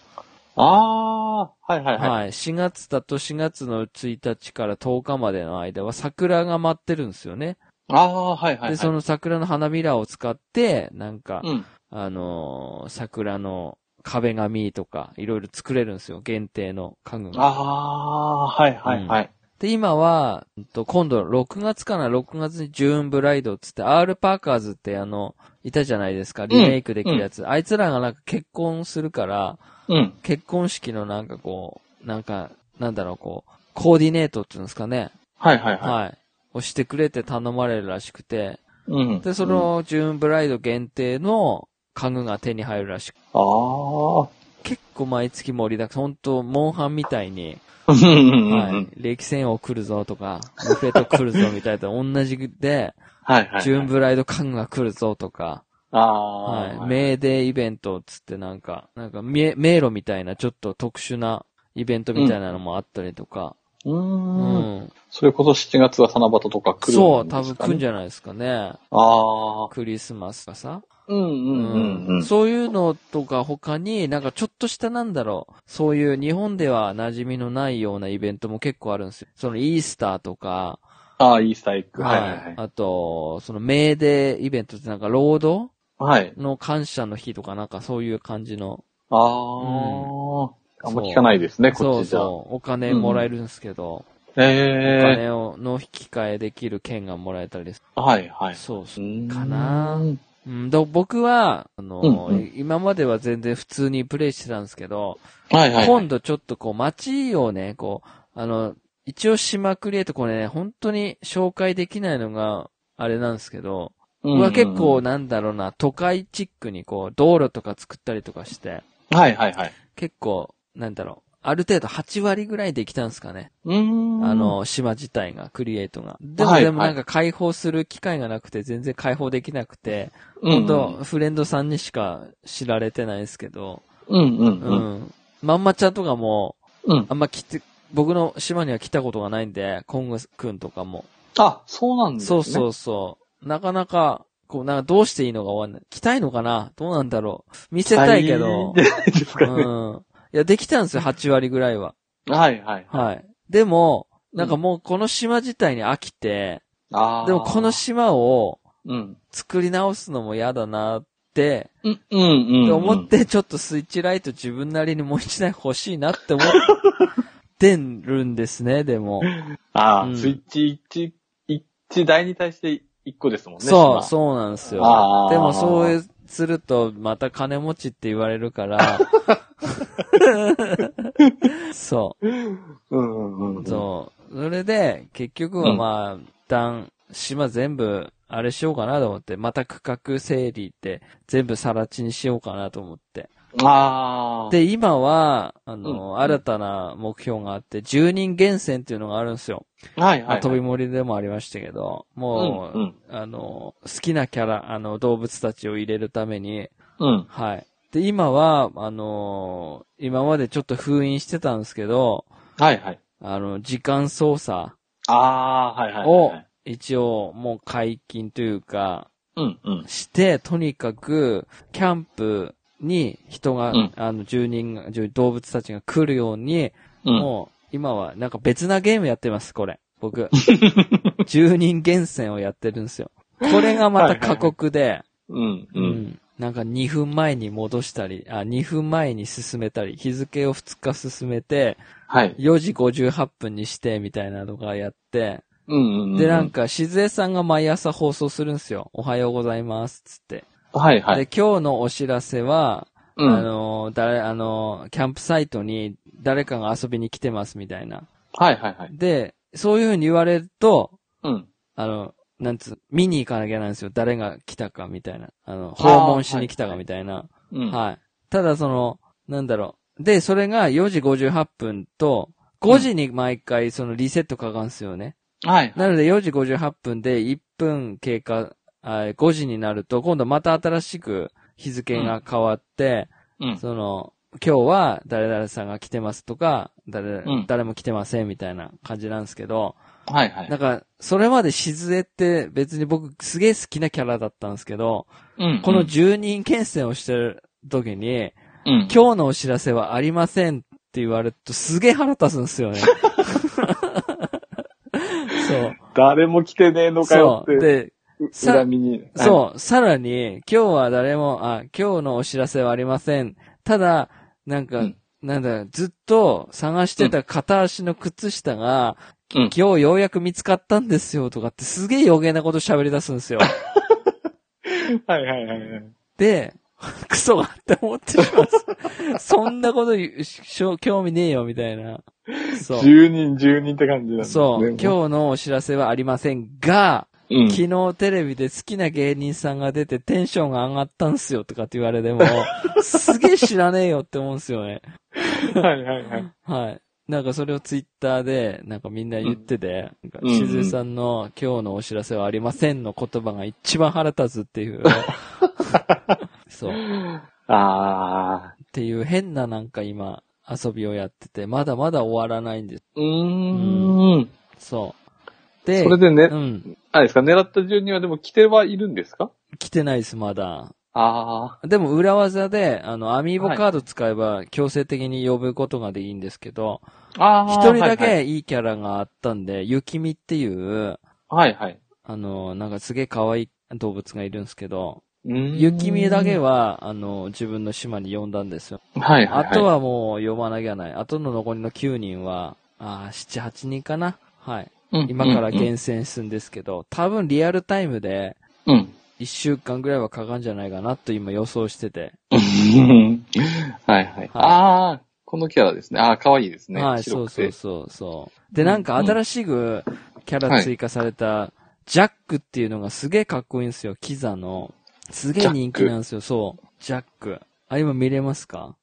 ああ、はいはいはい。はい。4月だと4月の1日から10日までの間は桜が舞ってるんですよね。ああ、はいはいはい。で、そ、の桜の花びらを使って、なんか、うん。あのー桜の壁紙とか、いろいろ作れるんですよ。限定の家具が。ああー、はいはいはい。で、今は、うんと今度6月かな、6月にジューンブライドっつって、R パーカーズってあの、いたじゃないですか、リメイクできるやつ。あいつらがなんか結婚するから、うん。結婚式のなんかこう、なんか、なんだろう、こう、コーディネートっていうんですかね。はいはいははい。をしてくれって頼まれるらしくて。い。うん。で、その、ジューンブライド限定の家具が手に入るらしくああ。結構毎月盛りだくさん。本当モンハンみたいに、 [LAUGHS] うんうんうんうはいん。。歴戦王来るぞとか、ブフェット来るぞみたいな [LAUGHS] 同じで、はいはい。ジューンブライドカンが来るぞとか、ああ。はい。メーデーイベントっつってなんか、なんか迷迷路みたいなちょっと特殊なイベントみたいなのもあったりとか、ううーん。ん。それこそ7月は七夕とか来るそんう、で多す分か来ねるんじゃないですかね。ああ。クリスマスがさ。うんうんうんうん。そういうのとか他に、なんかちょっとしたなんだろう、そういう日本では馴染みのないようなイベントも結構あるんですよ。そのイースターとか、ああ、イースターエッグ。はいはいはい。あと、そのメーデーイベントってなんか労働はい。の感謝の日とかなんかそういう感じの、ああ、んあんま聞かないですね、こそっうちじゃ。そう、お金もらえるんですけど、おええ金をの引き換えできる券がもらえたりです。はいはい。そうそうう。ーんかなうん、で僕は、あの、うんうん今までは全然普通にプレイしてたんですけど、はいはい。今度ちょっとこう街をね、こう、あの、一応島クリエイトこれね、本当に紹介できないのが、あれなんですけど、う僕は結構んなんだろうな、都会チックにこう、道路とか作ったりとかして、うん、はいはいはい。結構、なんだろう、ある程度8割ぐらいできたんですかね。うーん。あ、の、島自体が、クリエイトが。でも、はいでもなんか解放する機会がなくて、全然解放できなくて、う本ん、当フレンドさんにしか知られてないですけど、うんうんううん。ん。まんまちゃんとかも、うん。あんま来て、僕の島には来たことがないんで、コングくんとかも。あ、そうなんですそね。。うそううそう。なかなか、こう、なんかどうしていいのかわかんない。来たいのかなどうなんだろう。見せたいけど。じゃないですう [LAUGHS] かね。ん。いや、できたんですよ、8割ぐらいは。はいはい。はい。でも、なんかうんもうこの島自体に飽きて、ああ。でもこの、島をうん。作り直すのも嫌だなって、うん、うん、うん。って思っ。て、ちょっとスイッチライト自分なりにもう一台欲しいなって思ってるんですね、でも。ああ、うんスイッチ一、一台に対して一個ですもんね。そう、う。そうなんですよあ。ーでもそうすると、また金持ちって言われるから。そうんうんうん。う、そう。それで、結局はまあ、一旦、島全部、あれしようかなと思って、また区画整理って、全部さら地にしようかなと思って。ああ。、で、今は、あの、うん新たな目標があって、10人厳選っていうのがあるんですよ。はいはい、まはあい。飛び森でもありましたけど、もう、うんうんあの、好きなキャラ、あの、動物たちを入れるために、うん。はい。で、今は、あのー今までちょっと封印してたんですけど、はいはい。あの、時間操作ああー、はいはいはいをはい。、一応、もう解禁というか、うんうん。して、とにかく、キャンプに人が、うんあの、住人が、住動物たちが来るように、うん。もう、今は、なんか別なゲームやってます、これ。 [LAUGHS] 僕。10人厳選をやってるんですよ。これがまた過酷で、うんう。うんんなんか2分前に戻したり、あ、2分前に進めたり、日付を2日進めて、はい。 4時58分にして、みたいなのがやって、うんうんうん。で、なんか、しずえさんが毎朝放送するんですよ。おはようございます、つって。はいはで、い。今日のお知らせは、うんあのー、誰、あのー、キャンプサイトに誰かが遊びに来てます、みたいな。はいはいはい。で、そういう風に言われると、うん。あの、なんつう、見に行かなきゃなんですよ。誰が来たかみたいな。あの、訪問しに来たかみたいな。はうん。い、ただその、なんだろう。で、それが4時58分と、5時に毎回そのリセットかかんすよね。はい。なので4時58分で1分経過、あ5時になると、今度また新しく日付が変わって、うん。その、今日は誰々さんが来てますとか、誰、うん誰も来てませんみたいな感じなんですけど、はいはい。なんか、それまでしずえって別に僕すげえ好きなキャラだったんですけど、うん。この10人検選をしてる時に、うん。今日のお知らせはありませんって言われるとすげえ腹立つんですよね。そう。誰も来てねえのかよそっう。て、で、うさ恨みに。そう、さらに、今日は誰も、あ、今日のお知らせはありません。ただ、なんか、うんなんだ、ずっと探してた片足の靴下が、うん今日ようやく見つかったんですよとかってすげえ余計なこと喋り出すんです [LAUGHS] よ。はいはいはいはい。で、 [LAUGHS] クソがって思ってしまう。 [LAUGHS] そんなこと言うしょ興味ねえよみたいな。そう。 10人、10人って感じなんですね。そう。も今日のお知らせはありませんが、う、うん、昨日テレビで好きな芸人さんが出てテンションが上がったんすよとかって言われて [LAUGHS] も、すげえ知らねえよって思うんですよね。はいはいはい。はい。なんかそれをツイッターで、なんかみんな言ってて、なんかしずえさんの今日のお知らせはありませんの言葉が一番腹立つって [LAUGHS] いう。そう。っあー。ていう変ななんか今遊びをやってて、まだまだ終わらないんです。うーん。そう。で、それでね、うん。あれですか、狙った順にはでも来てはいるんですか来てないです、まだ。あでも裏技で、あの、アミーボカード使えば強制的に呼ぶことがでいいんですけど、ー。あー。一、人だはいはい。けいいキャラがあったんで、雪見っていう、はいはい。あの、なんかすげえ可愛い動物がいるんですけど、うーん雪見だけ。は、あの、自分の島に呼んだんですよ。はいはい、あはい。と、はもう呼ばなきゃない。あとの残りの9人は、あー7、8人かな。はい。今から現。厳選するんですけど、多分リアルタイムで、うん。 1週間ぐらいはかかんじゃないかなと今予想してて。はいはい。ああ、このキャラですね。ああ、可愛いですね。はい、そ白うくそうて。そうそう。で、なんか新しくキャラ追加された、ジャックっていうのがすげえかっこいいんですよ、キザの。すげえ人気なんですよ、そう。ジャック。あ、今見れますか、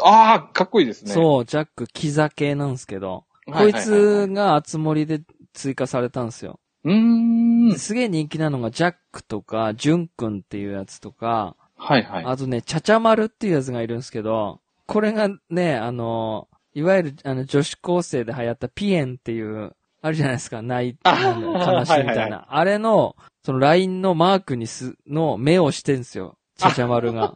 ああ、かっこいいですね。そう、ジャック、キザ系なんですけど。はいはいはいこいつが熱盛で追加されたんですよ。う。うーん。ですげえ人気なのが、ジャックとか、ジュン君っていうやつとか、はいはい。あとね、チャチャ丸っていうやつがいるんですけど、これがね、あの、いわゆる、あの、女子高生で流行ったピエンっていう、あるじゃないですか、ない、ああの悲しいみたいな。はいはいはあれの、その LINE のマークにす、の目をしてんすよ。チャチャ丸 [LAUGHS] が。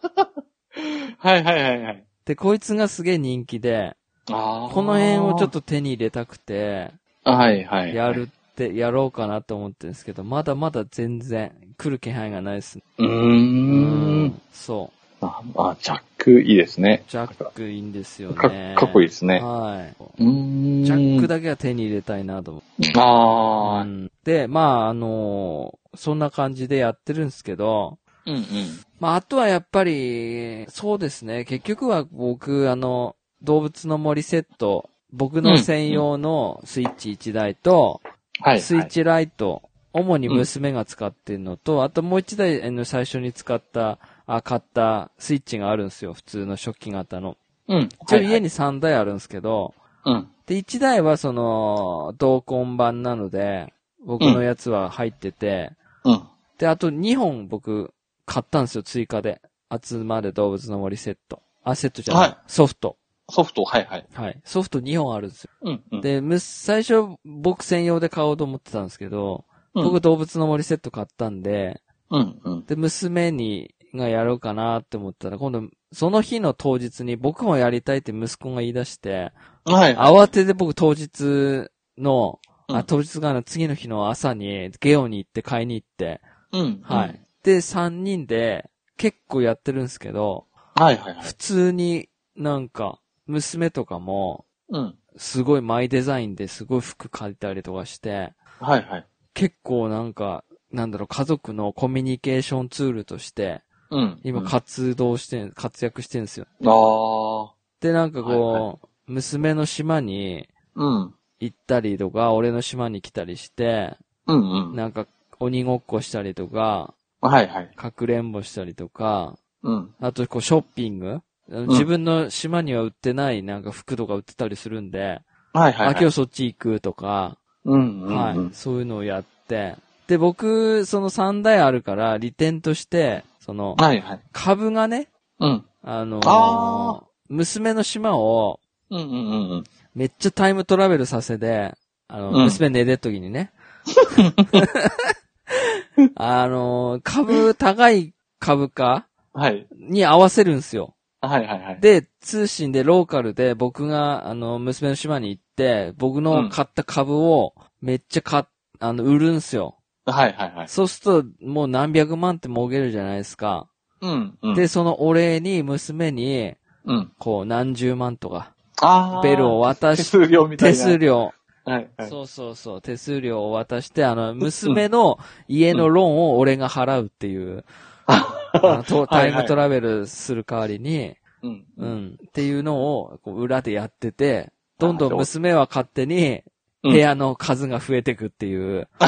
はいはいはいはい。で、こいつがすげえ人気で、ああ。この辺をちょっと手に入れたくて、はいはいはい。やるって、やろうかなと思ってるんですけど、まだまだ全然来る気配がないですね。うー。。うんそう。ああ、ジャックいいですね。ジャックいいんですよかね。かっこいいいですね。はい。うーん。ジャックだ。だけは手に入れたいなと思って。ああう。んで、まあ、あのーそんな感じでやってるんですけど、うんうん。まあ、あとはやっぱり、そうですね、結局は僕、あの、動物の森セット、僕の専用のスイッチ1台と、はいはい。スイッ。チライト、主に娘が使ってるのと、あともう1台、あの、最初に使った、あ、買ったスイッチがあるんですよ、普通の初期型の。うん。一応家に。に3台あるんですけど、うん。で、一台はその、同梱版なので、僕のやつは入ってて、うん。で、あと2本僕、買ったんですよ、追加で。集まる動物の森セット。あ、セットじゃない。はいソフト。ソフト、はいはい。はい。ソフト2本あるんですよ。うんうん。で、む、最初、僕専用で買おうと思ってたんですけど、うん、僕動物の森セット買ったんで、うんうん。で、娘に、がやろうかなって思ったら、今度、その日の当日に僕もやりたいって息子が言い出して、はいはい。 [LAUGHS] 慌てて僕当日の、うあ、ん当日があの次の日の朝にゲオに行って買いに行って、うん。はい。。で、3人で結構やってるんですけど、はいはいはい。普通になんか、娘とかも、うん。すごいマイデザインですごい服借りたりとかして、はいはい。結構なんか、なんだろう、家族のコミュニケーションツールとして、うん。今あ活動して、活躍してるんですよ。あ。で、なんかこう、はい娘の島にうん。行ったりとか、俺の島に来たりして、うんうん。なんか、鬼ごっこしたりとか、はいはい。かくれんぼしたりとか、うん。あと、こう、ショッピングあのん自分の島には売ってない、なんか服とか売ってたりするんで、はいはい、はい。あ、今日そっち行くとか、うんうん、うん。はい、そういうのをやって、で、僕、その3台あるから、利点として、その、はいはい。株がね、うん。あのーあ娘の島を、うんうんうんうん。めっちゃタイムトラベルさせて、あの、うん娘寝てる時にね。あの、株、高い株価はい。に合わせるんすよ。はいはいはい。で、通信でローカルで僕が、あの、娘の島に行って、僕の買った株をめっちゃ買っ、あの、売るんすよ。はいはいはい。そうすると、もう何百万って儲けるじゃないですか。うんうん。で、そのお礼に娘に、うん。こう何十万とか、ああ。ベルを渡手し、数料みたい手な。数料、はい、はい。そうそうそう、手数料を渡して、あの、娘の家のローンを俺が払うって [LAUGHS] いう、あのとタイムトラベルする代わりに、うん。ううん。ん、っていうのをこう裏でやってて、どんどあんー娘は勝手にうん部屋の数が増えてくっていう。 [LAUGHS]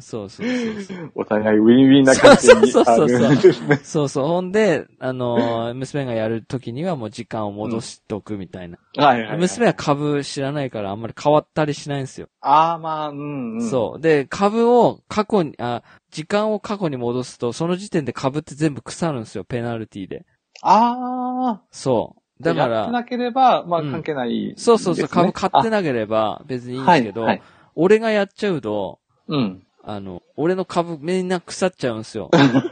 そうそうそうそう。お互いウィンウィンな感じに。そうそうそうそうあるんですね。そうそう。ほんで、あのー娘がやるときにはもう時間を戻しとくみたいな。 [LAUGHS] はいはい、はい。娘は株知らないからあんまり変わったりしないんですよ。ああ、まあ、うん、うん。そう。で、株を過去に、あ、時間を過去に戻すと、その時点で株って全部腐るんですよ、ペナルティで。ああ。そう。だかやってら、なければ、まあうん関係ない、そうそうそう、株買ってなないければ別にいいんですけど、はい、はい。俺がやっちゃうと、うん。あの、俺の株みんな腐っちゃうんですよ。だか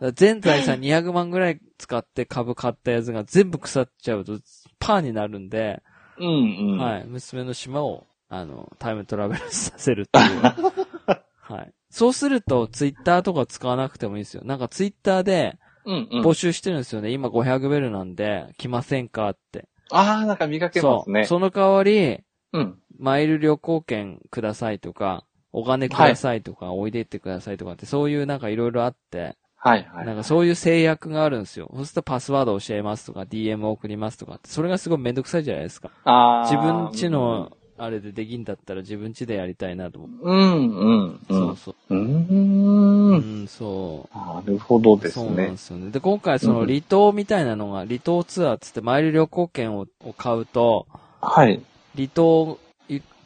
ら全財産200万ぐらい使って株買ったやつが全部腐っちゃうとパーになるんで、うん、うん。はい、娘の島を、あの、タイムトラベルさせるって [LAUGHS] いう。はい。そうすると、ツイッターとか使わなくてもいいですよ。なんかツイッターでうん、うん。募集してるんですよね。今500ベルなんで、来ませんかって。ああ、なんか見かけまそすう。ね。その代わり、うん。マイル旅行券くださいとか、お金くださいとか、おいでってくださいとかって、そういうなんかいろいろあって、はい、はい。なんかそういう制約があるんですよ。そうするとパスワード教えますとか、DM 送りますとかって、それがすごいめんどくさいじゃないですか。ああ。自分ちの、あれでできんだったら自分ちでやりたいなと思って。うん、うん、うそんう。そう。うー。うんん、そう。なるほどですそうなんねで。すよね。で、今回その離島みたいなのが、離島ツアーっつって、マイル旅行券をを買うと、はい。離島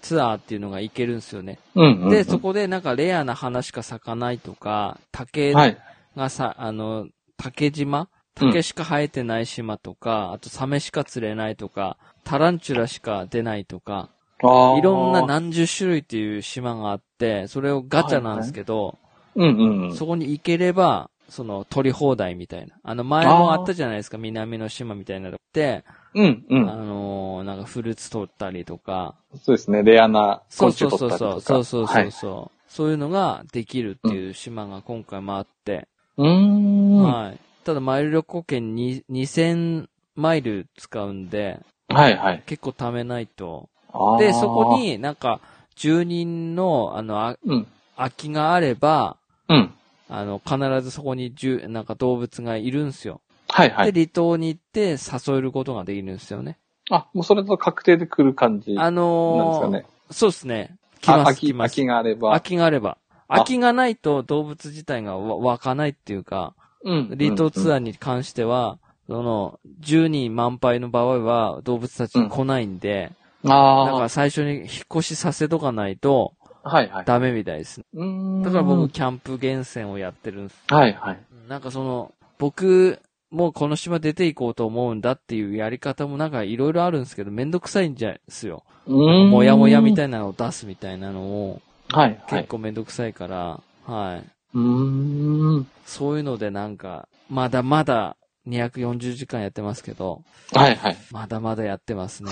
ツアーっていうのが行けるんですよね。うんうんうん。で、そこでなんかレアな花しか咲かないとか、竹はい。がさ、あの、竹島竹しか生えてない島とか、あとサメしか釣れないとか、タランチュラしか出ないとか、ああ。いろんな、何十種類っていう島があって、それをガチャなんですけど、うんうんうん。そこに行ければ、その、取り放題みたいな。あの、前もあったじゃないですか、南の島みたいなのって、うんうあん。のーなんかフルーツ取ったりとか、そうですね。レアなそ昆うそ虫うそ取っうたりそう。とか。そうそうはそ。いうそう。そういうのができるっていう島が今回もあって。うーん。ははい。ただ、マイル旅行券に2000マイル使うんで、いはい。結構貯めないと。ああ。で、そこ、になんか、住人の、あの、あうん。空きがあれば、うん。あの、必ずそこに住、なんか動物がいるんですよ。はいはい。で、離島に行って誘えることができるんですよね。あ、もうそれと確定で来る感じなあんですのかーね。そうですね。来あます、秋来ます。秋があれば。空きがあれば。あ空きがないと動物自体がわ湧かないっていうか、うん離島ツアーー。に関しては、その、10人満杯の場合は動物たちに来ないんで、だかあら最初に引っ越しさせとかないとあ。はいはい。ダメみたいですね。うーんだから僕、キャンプ厳選をやってるんです。はいはい。なんかその、僕、もうこの島出ていこうと思うんだっていうやり方もなんかいろいろあるんですけど、めんどくさいんじゃですよ。うーんもやもやみたいなのを出すみたいなのを、はいは結い。構めんどくさいから、はい。うーん。そういうのでなんか、まだまだ240時間やってますけど、はいはい。まだまだやってますね。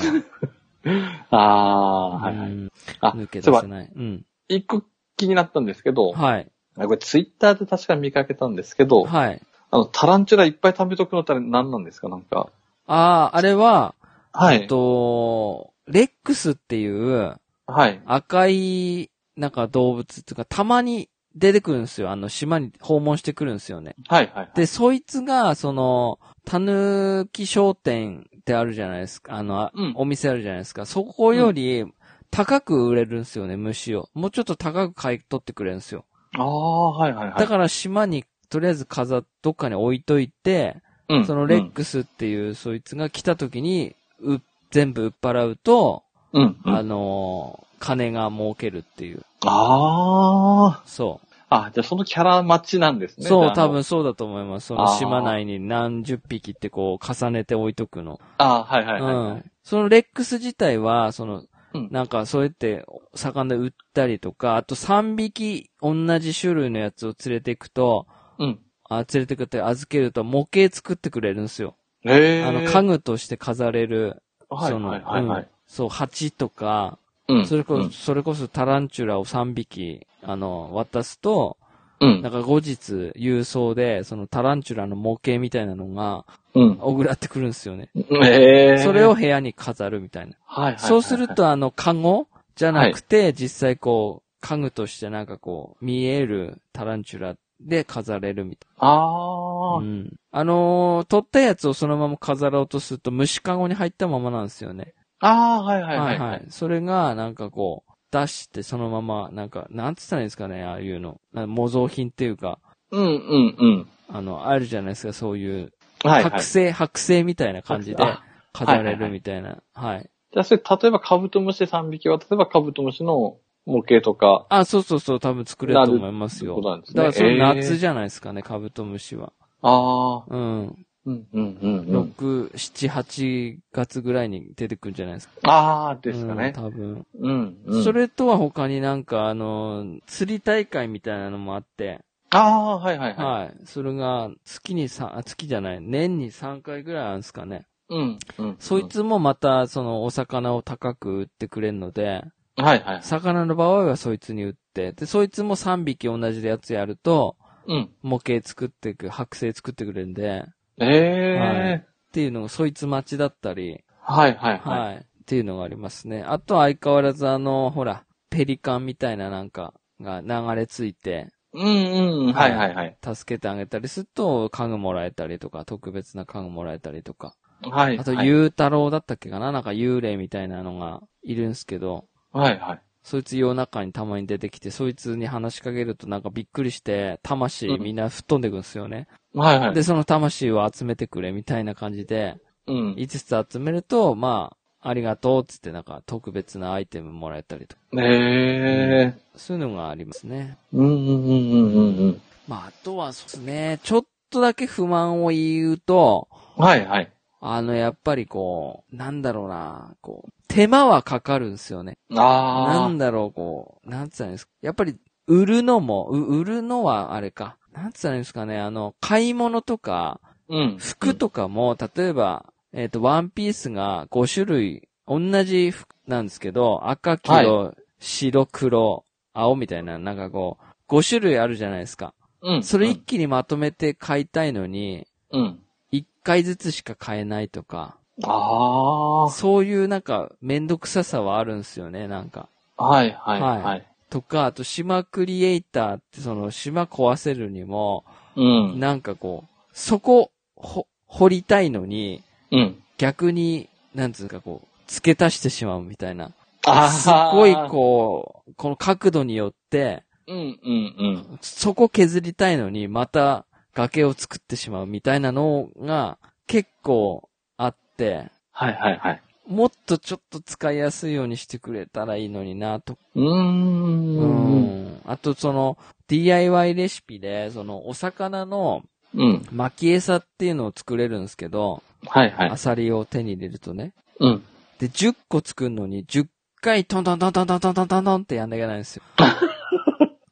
ああ、 [LAUGHS] はいはうい。んあ、抜けそ出ういせえばない。うん。一個気になったんですけど、はい。あこれツイッターで確か見かけたんですけど、はい。あの、タランチュラいっぱい食べとくのってあれ何なんですかなんか。ああ、あれは、はえっい。と、レックスっていうはい。赤い、なんか動物っていうか、たまに出てくるんですよ。あの、島に訪問してくるんですよね。はいはい。で、そいつが、その、たぬき商店ってあるじゃないですか。あの、あうんお店あるじゃないですか。そこより、高く売れるんですよね、虫を。もうちょっと高く買い取ってくれるんですよ。ああ、はいはいはい。だから島に、とりあえず飾っ、どっかに置いといて、うんそのレックスっていうそいつが来た時に、う、全部売っ払うと、うん。うんあのー金が儲けるっていう。あそあ。あ、じゃあそのキャラ待ちなんですう。ね。そう、じゃあ多。分そうだと思います。その島内に何十匹ってこう重ねて置いとくの。ああー、はいはいはい。うん。そのレックス自体は、そのうん、なんかそうやって魚で売ったりとか、あと3匹同じ種類のやつを連れてくと、うん。あ連れてくって預けると模型作ってくれるんですよ。へえ。あの家具として飾れる、はいその、はいはいはい。うんそう、蜂とか、うんそれこうそ、んそれこそタランチュラを3匹、あの、渡すと、うんなんか後日郵送で、そのタランチュラの模型みたいなのが、うん。小倉ってくるんですよね。ええそれを、部屋に飾るみたいな。はいはいはいはいそうする、と、あの、カゴじゃなくて、実際こう、家具としてなんかこう、見えるタランチュラで飾れるみたいあな。あ、うん。あのー取ったやつをそのまま飾ろうとすると、虫カゴに入ったままなんですよね。ああ、はいはいはい。それが、なんかこう、出してそのまま、なんか、なんつったらいいんですかね、ああいうの。なんか模造品っていうか、うんうんうん。あの、あるじゃないですか、そういう、はいはい。剥製、剥製みたいな感じであ飾れるみたいな。はい。じゃあそれ、例えばカブトムシ3匹は、例えばカブトムシの模型とか、あ、そうそうそう、多分作れると思いますなよるってことなんで。すねだからそえれー夏じゃないですかね、カブトムシは。ああ、うん。うんうんうんうん。 6、7、8月ぐらいに出てくるんじゃないですか。ああ、ですかうんね。多分。うん、うん。そ、れとは他になんか、あの、釣り大会みたいなのもあって、ああー、はいはいはい。はい。それが、月にさあ月じゃない、年に3回ぐらいあるんですかね。うん、うん。そいつもまた、その、お魚を高く売ってくれるので、うん。はいはい。魚の場合はそいつに売って、で、そいつも3匹同じやつやると、うん。模型作ってく、剥製作ってくれるんで、ええっていうのが、そいつ待ちだったり、はいはいはい。はい。っていうのがありますね。あとは相変わらずあの、ほら、ペリカンみたいななんかが流れ着いて、うんうん。はいはいはい。助けてあげたりすると、家具もらえたりとか、特別な家具もらえたりとか。はい。あと、はいゆうたろうだったっけかななんか幽霊みたいなのがいるんすけど、はいはい。そいつ夜中にたまに出てきて、そいつに話しかけるとなんかびっくりして、魂みんな吹っ飛んでくんですよね。はいはい。で、その魂を集めてくれみたいな感じで、うん。 5つ集めると、まあ、ありがとうっつってなんか特別なアイテムもらえたりとか、ええそういうのがありますね。うんうんうんうんうんうん。まあ、あとはそうですね、ちょっとだけ不満を言うと、はいはい。あの、やっぱりこう、なんだろうな、こう、手間はかかるんですよね。なあんだろう、こう、なんつったらいいんですか。やっぱり、売るのも、う売るのはあれか。なんつったらいいんですかね。あの、買い物とか、あ。うん。服とかも、例えば、えっ、と、ワンピースが5種類、同じ服なんですけど、赤、黄色、白、黒、青みたいな、なんかこう、5種類あるじゃないですか。うん。それ一気にまとめて買いたいのに、うん。 1回ずつしか買えないとか、あそういうなんか、めんどくささはあるんですよね、なんか。あ。はいはいははい。とか、あと島クリエイターってその島壊せるにも、うん。なんかこう、そこ、ほ、掘りたいのに、うん。逆に、なんつうかこう、付け足してしまうみたいな。ああ。すごいこう、この角度によって、う。うんうんうん。そこ削りたいのに、また崖を作ってしまうみたいなのが結構あって、はいはいはい。もっとちょっと使いやすいようにしてくれたらいいのにな、とうーん。ううん。ん。あと、その、DIY レシピで、その、お魚のうん。巻き餌っていうのを作れるんですけど、はいはいア。サリを手に入れるとね。うん。で、10個作るのに、10回トントントントントントントントンってやんなきゃいけないんですよ。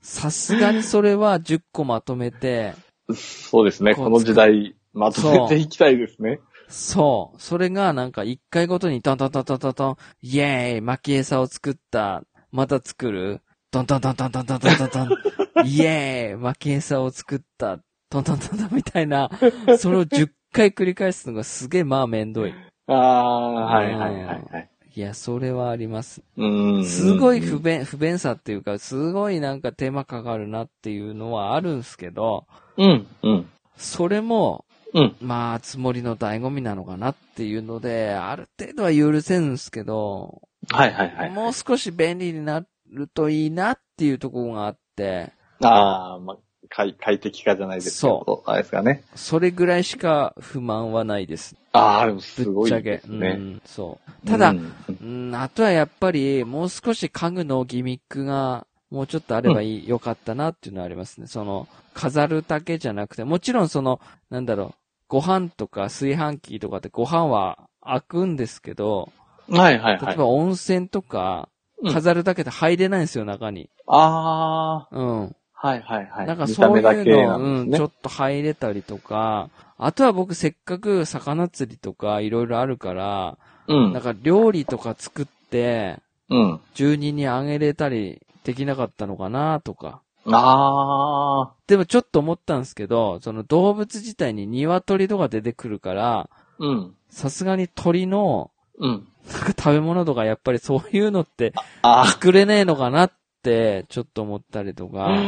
さすがにそれは10個まとめて、そうですね。こうこの時代、まとめていきたいですね。そう。それがなんか1回ごとにトントントントントントン、イエーイ巻き餌を作った、また作る、トントントントントントントントントン、イエーイ巻き餌を作った、トントントントンみたいな、それを10回繰り返すのがすげえまあめんどい。ああ、はいはいはいはい。いや、それはあります。うーん。すごい不便、不便さっていうか、すごいなんか手間かかるなっていうのはあるんすけど、うん、うん。それも、うんまあ、つもりの醍醐味なのかなっていうので、ある程度は許せんすけど、はいはいはい。もう少し便利になるといいなっていうところがあって、ああ、まあ、快、快適化じゃないですけど。そう。あれですかね。それぐらいしか不満はないです。ああ、でもすぶごっいちゃけ。ですうね。ん、そう。ただ、ううんん、あとはやっぱり、もう少し家具のギミックが、もうちょっとあればいい、良かったなっていうのはありますね。その、飾るだけじゃなくて、もちろんその、なんだろう、ご飯とか炊飯器とかってご飯は開くんですけど、はいはいは例えい。ば温泉とか、うん飾るだけで入れないんですよ、中に。ああ、うん。はいはいはい。なんか見そたうい目うだけの、なうんん、ちですょね。っと入れたりとか、あとは僕せっかく魚釣りとかいろいろあるから、うなんん。か料理とか作って、うん。住人にあげれたりできなかったのかなとか、あでもちょっと思ったんですけど、その動物自体に鶏とか出てくるから、ー。うん。さすがに鳥の、うん。なんか食べ物とかやっぱりそういうのってあ作れねえのかなって、ちょっと思ったりとあ。か、は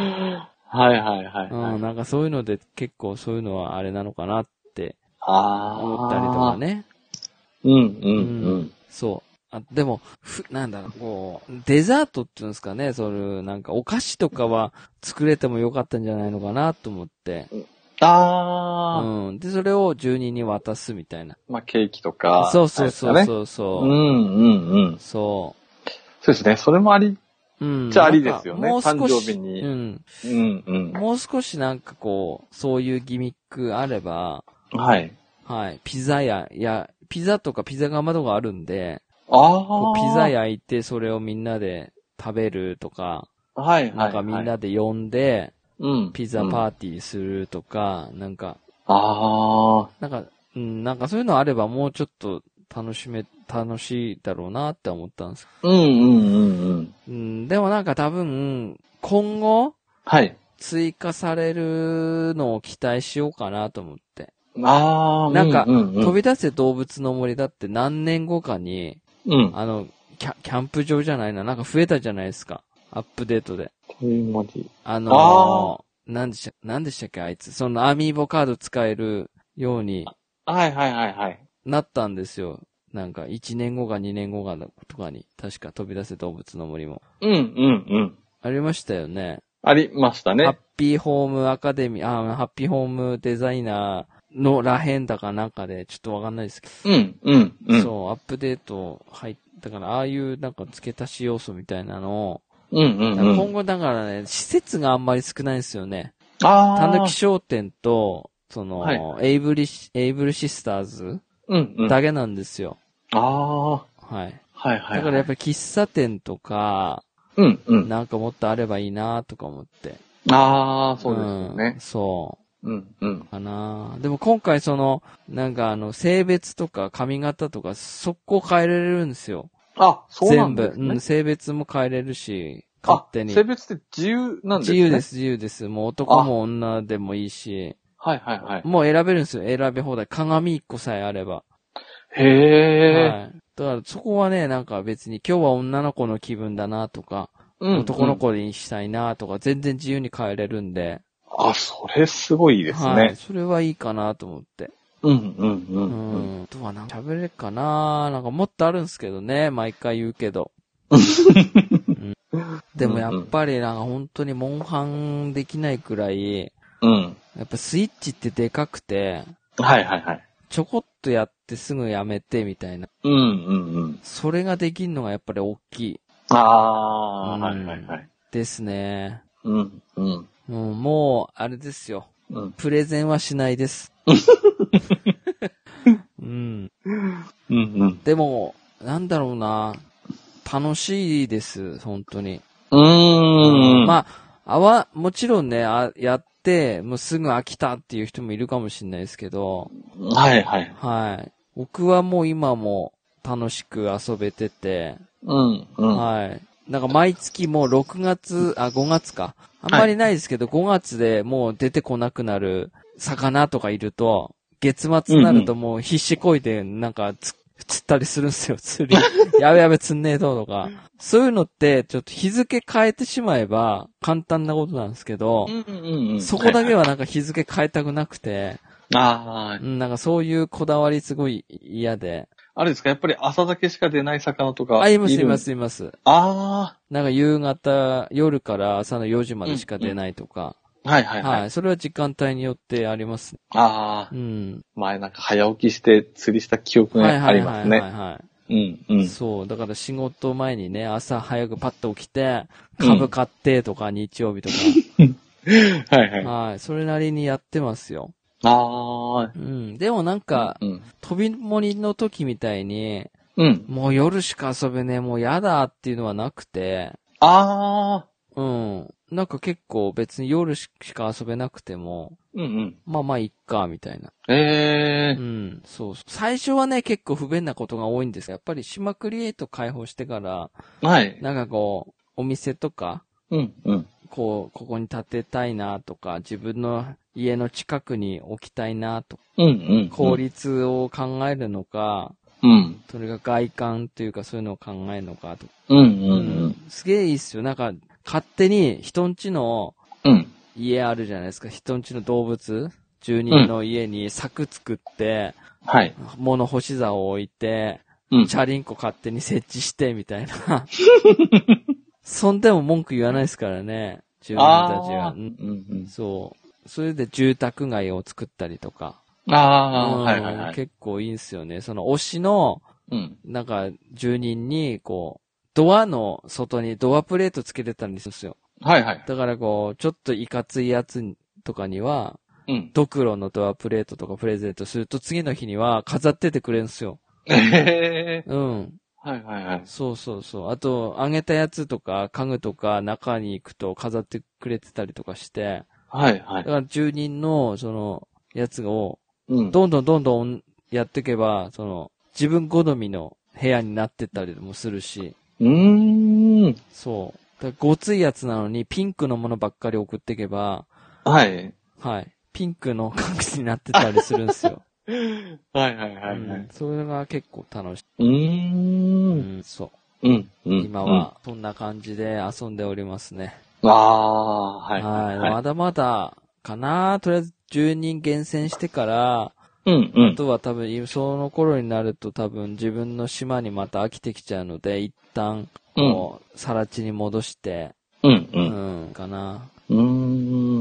いはいはい、はういん、なんかそういうので結構そういうのはあれなのかなってああ。思ったりとか。ね。うんうんう。うんそう。あでも、ふ、なんだろう、こう、デザートっていうんですかね、そういう、なんかお菓子とかは作れてもよかったんじゃないのかなと思って。ああ、うん。で、それを住人に渡すみたいな。まあケーキとか。そうそうあそうれですかそうね。うそんう。うんうん。そそうですね。それもあり。う。うん。じゃあありですよねなんかもう少し誕生日にうん。うんうん。もう少しなんかこう、そういうギミックあれば、はい。はい。ピザ屋、いや、ピザとかピザ窯とかあるんで、あこあ。うピザ。焼いてそれをみんなで食べるとか、はいはい、はい。なんかみんなで呼んで、うん、ピザー。パーティーするとか、なんか、ああ。なんか、うん、なんかそういうのあればもうちょっと楽しめ、楽しいだろうなって思ったんです。うんうんうんうん。うん、でもなんか多分、今後、はい。追加されるのを期待しようかなと思って。ああ。なんかうんうんうん、飛び出せ動物の森だって何年後かに、うん。あの、キャキャンプ場じゃないな、なんか増えたじゃないですか。アップデートで。という文字あのー、なんでした、なんでしたっけ、あいつ。そのアミーボカード使えるようにはいはいはいはい。なったんですよ。なんか、1年後か2年後かのとかに、確か飛び出せ動物の森も。うんうんうん。ありましたよね。ありましたハッね。ピーホームアカデミー、あ、ハッピーホームデザイナーのらへんだかなんかで、ちょっとわかんないですけど、うんうんうん。そう、アップデート入ったから、ああいうなんか付け足し要素みたいなのを、うんうんう今ん。後だからね、施設があんまり少ないんですよね。あたあ。ぬき商店と、その、はいエイブリシ、エイブルシスターズうんうん。だけなんですよ。ああ。はいはい。はいはい。だからやっぱり喫茶店とか、うんうん。なんかもっとあればいいなとか思って。ああ、そうですようねん。そうんうんう。。かなでも今回その、なんかあの、性別とか髪型とか、速攻変えられるんですよ。あ、そうなんです全部。うねん、。性別も変えれるし、勝あ、手に。性別って自由なんです自ね。由で。す、自由です。もう男も女でもいいし、はいはいはい。もう選べるんですよ、選び放題。鏡一個さえあれば。へえ。はい。だからそこはね、なんか別に今日は女の子の気分だなとか、うんうん男の。子にしたいなとか、全然自由に変えれるんで。あ、それすごいですはい。ね。それはいいかなと思って。うんうんううんうん。ん。あとはなんか喋れるかななんかもっとあるんですけどね。毎回言うけど。うんでもやっぱりなんか本当にモンハンできないくらい、うん。やっぱスイッチってでかくて、はいはいはい。ちょこっとやってすぐやめてみたいな。うんうんうん。それができんのがやっぱり大きいああ、うんはいはいはい。ですね。うんうんうん、もう、あれですよ。うん。プレゼンはしないです。うん。うんうん。でも、なんだろうな。楽しいです、本当に。うーん。まあ、あわ、もちろんね、あやって、もうすぐ飽きたっていう人もいるかもしれないですけど、はいはい。はい。僕はもう今も楽しく遊べてて、うんうん。はい。なんか毎月もう6月、あ、5月か。あんまりないですけど、5月でもう出てこなくなる魚とかいると、月末になるともう必死こいでなんかつ釣ったりするんですよ、釣り。 [LAUGHS] やべやべ釣んねえととか。そういうのって、ちょっと日付変えてしまえば簡単なことなんですけどう、んうんうん。そこだけははなんか日付変えたくなくて、い。ああう、んなんかそういうこだわりすごい嫌で。あれですかやっぱり朝酒しか出ない魚とか。あ、いまするいま。すいます。あなんか夕方、夜から朝の4時までしか出ないとか。あ、はいはいはい。はい。それは時間帯によってあります。ああう、ん。前なんか早起きして釣りした記憶はいがはあいりはますいはい、ね。はうんういん。そう。だから仕事前にね、朝早くパッと起きて、株買ってとか、日曜日と [LAUGHS] はいはい。か。あはい。それなりにやってますよ。あ、うん。でもなんか、うん。飛び森の時みたいに、うん。もう夜しか遊べねえ、もうやだっていうのはなくて、ああ、うん。なんか結構別に夜しか遊べなくても、うんうん。まあまあいっか、みたいな。ええう、ん、そうそう。最初はね、結構不便なことが多いんですけどやっぱり島クリエイト開放してから、はい。なんかこう、お店とか、うんうん。こう、ここに建てたいなとか、自分の家の近くに置きたいなとか、うんうん。効率を考えるのか、うん。それが外観というかそういうのを考えるのかとか。うんうんすげえいいっすよ。なんか、勝手に人んちのうん。うん。家あるじゃないですか。人んちの動物住人の家に柵作って、はい。物干し座を置いて、うんチ。ャリンコ勝手に設置して、みたい [LAUGHS] な。そんでも文句言わないですからね、住民たちはあー。うんうんそう。それで住宅街を作ったりとか。うん。ああー、はいはいうんはい。結構いいんですよね。その推しの、うん。なんか、住人に、こう、ドアの外にドアプレートつけてたんですよ。はいはい。だからこう、ちょっといかついやつとかには、うん。ドクロのドアプレートとかプレゼントすると次の日には飾っててくれるんですよ。ええうん。はいはいはい。そうそうそう。あと、あげたやつとか、家具とか中に行くと飾ってくれてたりとかして、はいはだいか。ら住人の、その、やつを、うん。どんどんどんどんやっていけば、その、自分好みの部屋になってったりもするし、うーん。そう。だからごついやつなのにピンクのものばっかり送っていけば、はい。はい。ピンクの感じになってたりするんですよ。はい [LAUGHS] はいはいはうんい。それが結構楽しい。うー。うんん、そう。うん。うん。今は、そんな感じで遊んでおりますね。うん。ああ、はい。はい。はまだまだ、かなとりあえず、10人厳選してから、い。うんうあん。とは多分、その頃になると多分、自分の島にまた飽きてきちゃうので、一旦、うん。こう、さら地に戻して、うんう。うんん、かなうー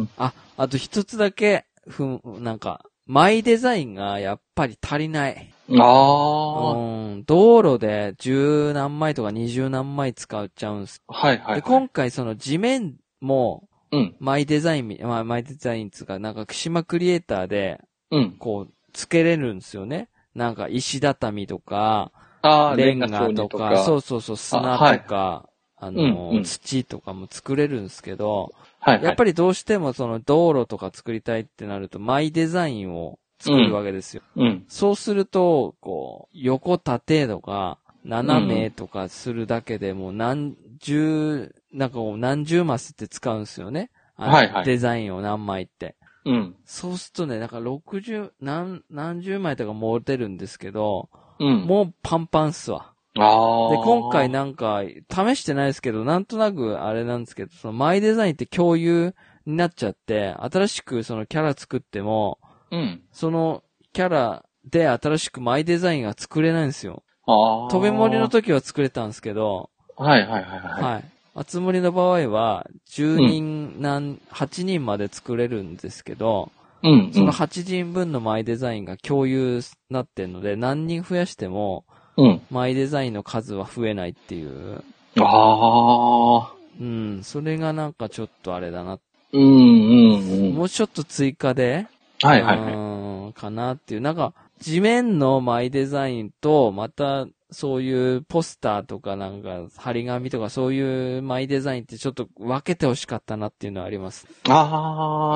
ん。あ、あと一つだけ、ふん、なんか、マイデザインがやっぱり足りない。うあん、道路で10何枚とか20何枚使っちゃうんです。あ、はいはい。で、今回その地面も、うん。マイデザインみ、まあ、マイデザインっつうか、なんか、島クリエイターで、うん。こう、つけれるんですよね。なんか、石畳とか、ああ、レンガガ調理とか、そうそうそう、砂とか、あ,、の、うんうん土とかも作れるんですけど、はいはい。やっぱりどうしてもその道路とか作りたいってなると、マイデザインを作るわけですよ。り、うん。そうすると、こう、横縦とか、斜めとかするだけでもう何十、なんかこう何十マスって使うんですよね。あのはいはいデザインを何枚って。うん。そうするとね、なんか60、何、何十枚とか持てるんですけど、うん。もうパンパンっすわ。ああ。で、今回、なんか、試してないですけど、なんとなくあれなんですけど、そのマイデザインって共有になっちゃって、新しくそのキャラ作っても、うん。そのキャラで新しくマイデザインが作れないんですよ。ああ。飛び盛りの時は作れたんですけど、はいはいはいはい。はい。あつ森の場合は、10人何、8人まで作れるんですけど、うんうん。その8人分のマイデザインが共有なってんので、何人増やしても、うん。マイデザインの数は増えないっていう。ああ。うん、それがなんかちょっとあれだな。うんうんうん。もうちょっと追加で、はいはいはうい。ーんかなっていう。なんか、地面のマイデザインと、また、そういうポスターとかなんか、張り紙とかそういうマイデザインってちょっと分けてほしかったなっていうのはあります。あう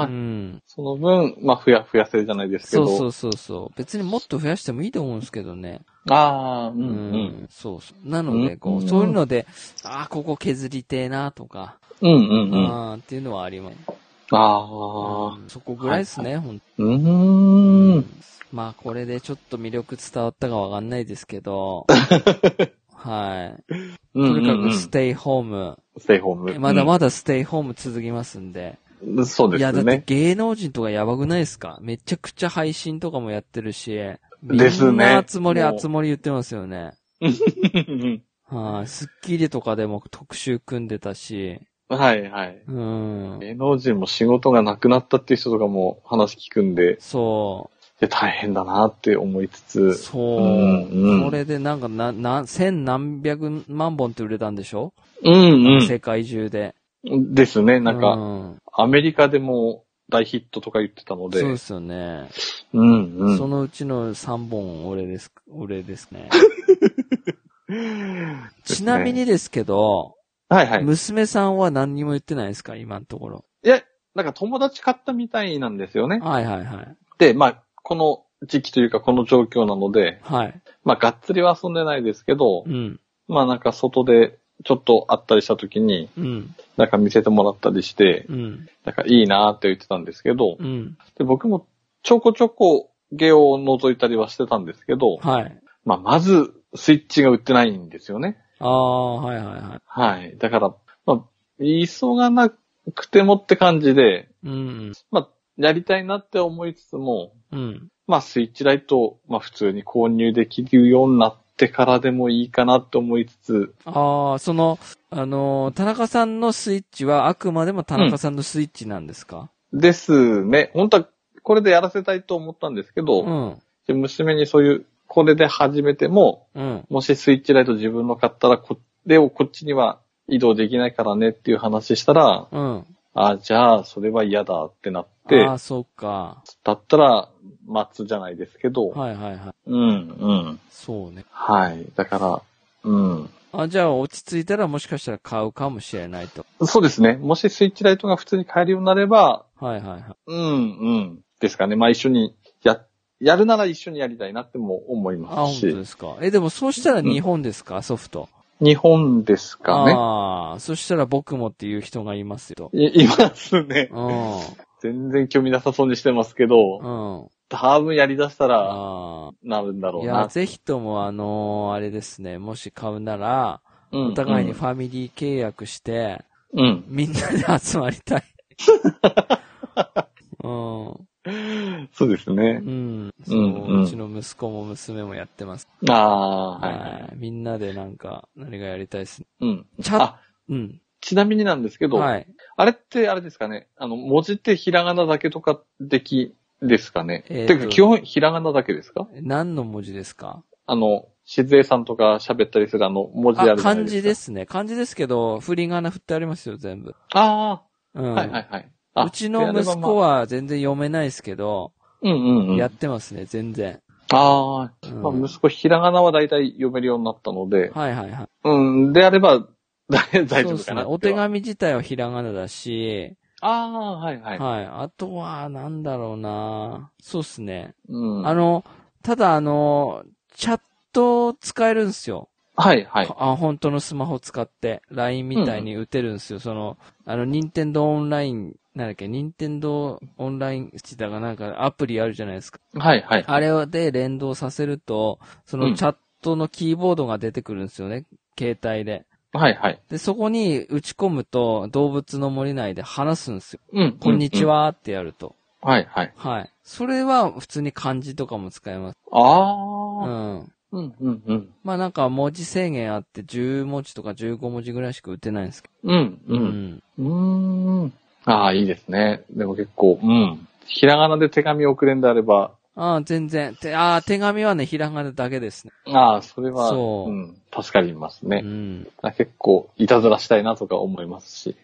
あ。ん。その分、まあ、ふやふやせるじゃないですけそど。。うそううそうそう。別にもっと増やしてもいいと思うんですけどね。ああ、ううんうん。ん。そうそう。なので、こうう、んそういうので、ああ、ここ削りてえなとか、うんうんううん。あん、っていうのはあります。あ。うんそこぐらいですね、ほんとうーん。まあ、これでちょっと魅力伝わったかわかんないですけ [LAUGHS] ど、はい。ととにかくステイホーム。ステイホーム。まだまだステイホーム続きますんで。だ。そうでいや、だすってね。芸能人とかやばくないですかめちゃくちゃ配信とかもやってるし。ですねみんなつ森もうあつ森言ってますよね。はい、スッキリとかでも特集組んでたし。 [LAUGHS] はいはい。うん。芸能人も仕事がなくなったっていう人とかも話聞くんで、そで大変だなって思いつう。つ、そう。うんうんこれでなんかな、な、千何百万本って売れたんでしょうん世界中で。うん。ですね。なんうか、アメリカでも大ヒットとか言ってたので、そうですよね。うんうそん。のうちの3本、俺です、俺ですね。ちなみにですけど、はいはい。娘さんは何にも言ってないですか今のところ。いや、なんか友達買ったみたいなんですよね。はいはいはい。で、まあ、この時期というかこの状況なので、はい。まあ、がっつりは遊んでないですけどう、ん。まあなんか外でちょっと会ったりした時に、うん。なんか見せてもらったりして、うん。なんかいいなーって言ってたんですけど、うん。で僕もちょこちょこゲオを覗いたりはしてたんですけど、はい。まあ、まずスイッチが売ってないんですよね。ああ、はいはいははい。だから、まあ、急がなくてもって感じで、い。うん。まあ、やりたいなって思いつつも、うん。まあ、スイッチライトを、まあ、普通に購入できるようになってからでもいいかなって思いつつ、ああ、その、あのー田中さんのスイッチはあくまでも田中さんのスイッチなんですか、ですね。本当は、これでやらせたいと思ったんですけうど、ん、で娘にそういう、これで始めても、うん。もしスイッチライト自分の買ったら、これをこっちには移動できないからねっていう話したら、うん。あ、じゃあ、それは嫌だってなってあ、あ、そうか。だったら、待つじゃないですけど、はいはいはい。うん、うん。そうね。はい。だから、うん。あ、じゃあ落ち着いたらもしかしたら買うかもしれないと。そうですね。もしスイッチライトが普通に買えるようになれば、はいはいはい。うん、うん。ですかね。まあ一緒に、や、やるなら一緒にやりたいなっても思いあ、ます本当しで。すか。え、でもそうしたら日本ですか、ソフト。日本ですかね。ああ、そしたら僕もっていう人がいますよ。いい [LAUGHS] ますね。うん。全然興味なさそうにしてますけど、うん。多分やり出したら、あなるんだあ。ろいうや、な。ぜひともあのーあれですね、もし買うなら、うんお互いにファミリー契約して、うん。みんなで集まりた [LAUGHS] い。うん。そうですうね。ん。うそんうう、んうちの息子も娘もやってます。ああー、はい。はい。みんなでなんか、何がやりたいですね。うん。チャあ、うん。ちなみになんですけど、はい。あれって、あれですかね。あの、文字ってひらがなだけとかできですかね。えーとてか、基本ひらがなだけですか何の文字ですかあの、しずえさんとか喋ったりするあの、文字あ、あるじゃないですか。漢字で。すね。漢字ですけど、振り仮名振ってありますよ、全部。あうあ、ん。はいはいはい。あうちの息子、は全然読めないですけど、であればまあうんうんうん。やあってますね、全然。あうー、んまあ、息子ひらがなは大体読めるようになったので、はいはいはい。うん、であれば、 [LAUGHS] だそ大う丈夫でかすなね。ってお手。紙自体はひらがなだし、ああ、はいはい。はい。あとは、なんだろうなそうですね。うん。あの、ただあの、チャット使えるんですよ。はいはい。あ、本当のスマホ使って、LINE みたいに打てるんですよ。その、あの、任天堂オンライン、なんだっけ、任天堂オンライン自体がなんかアプリあるじゃないですか。はいはい。あれで連動させると、そのチャットのキーボードが出てくるんですよね。携帯で。はいはい。で、そこに打ち込むと、動物の森内で話すんですよ。うん。こんにちはってやると。うん。はいはい。はい。それは普通に漢字とかも使えます。うん。ああ。うんうんうん。まあなんか文字制限あって10文字とか15文字ぐらいしか打てないんですけうんうど。ん。うーん。ああ、いいですね。でも結構、うん。ひらがなで手紙を送れんであれば、ああ、全然。てああ、手紙はね、ひらがなだけですね。ああ、それは、、そうん助かりますうね。ん。あ結構、いたずらしたいなとか思いますし、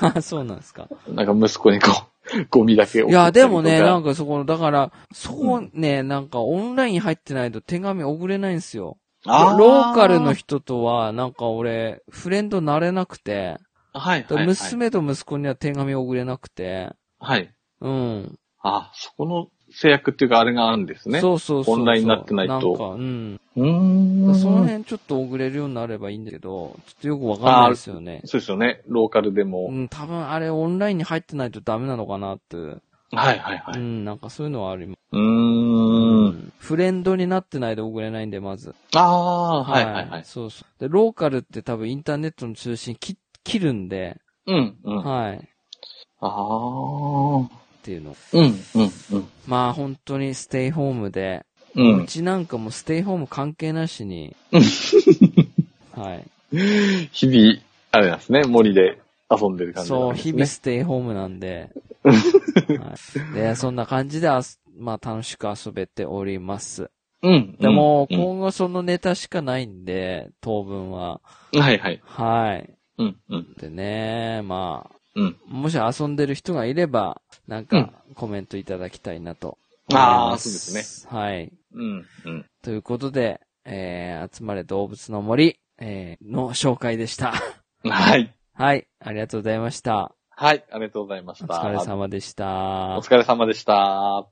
あ [LAUGHS] そうなんですか。なんか息子にこう、 [LAUGHS] ゴミだけい送ったや、りとかでもね、なんか、かそこの、だから、そうね、なんかオンライン入ってないと手紙送れないんですよ。あローカルの人人。とは、なんか俺、フレンドなれなくて、はい、はい、はい。娘と息子には手紙送れなくて、はい。うん。あそこの制約っていうか、あれがあるんですね。う。そうそうそうそう。オンラインになってないとなんか、うん。うーん。その辺ちょっと送れるようになればいいんだけど、ちょっとよくわかんないですよね。そうですよね。ローカルでも。うん、多分あれオンラインに入ってないとダメなのかなって。う、はい、はい、はい。うんなんかそういうのはあります。ーん。んフレンドになってないと送れないんで、まず。ああ、はい、はい、はい。そうそう。で、ローカルって多分インターネットの中心切切るんで、うん、うん。あはい。っあー。ていうの。うん、うん、うん。まあ本当にステイホームで、う。うんちなんかもうステイホーム関係なし [LAUGHS] に、はい。日々、あれなんですね、森で遊んでる感じなそんう、です日ね、々ステイホームなんで。はい、でそんな感じであす、まあ楽しく遊べております。うん。でも、うん今後そのネタしかないんで、当分は。うんはいはい。はい。うん、うん、でね、まあ、うん。もし遊んでる人がいれば、なんうんか、コメントいただきたいなと思いあまあ、す。そうですね。はい。ね。うん、うん。ということで、えー、集まれ動物の森、えー、の紹介でした。 [LAUGHS] はい。はい。ありがとうございました。はい、ありがとうございましおた。疲れ様でした。お疲れ様でした。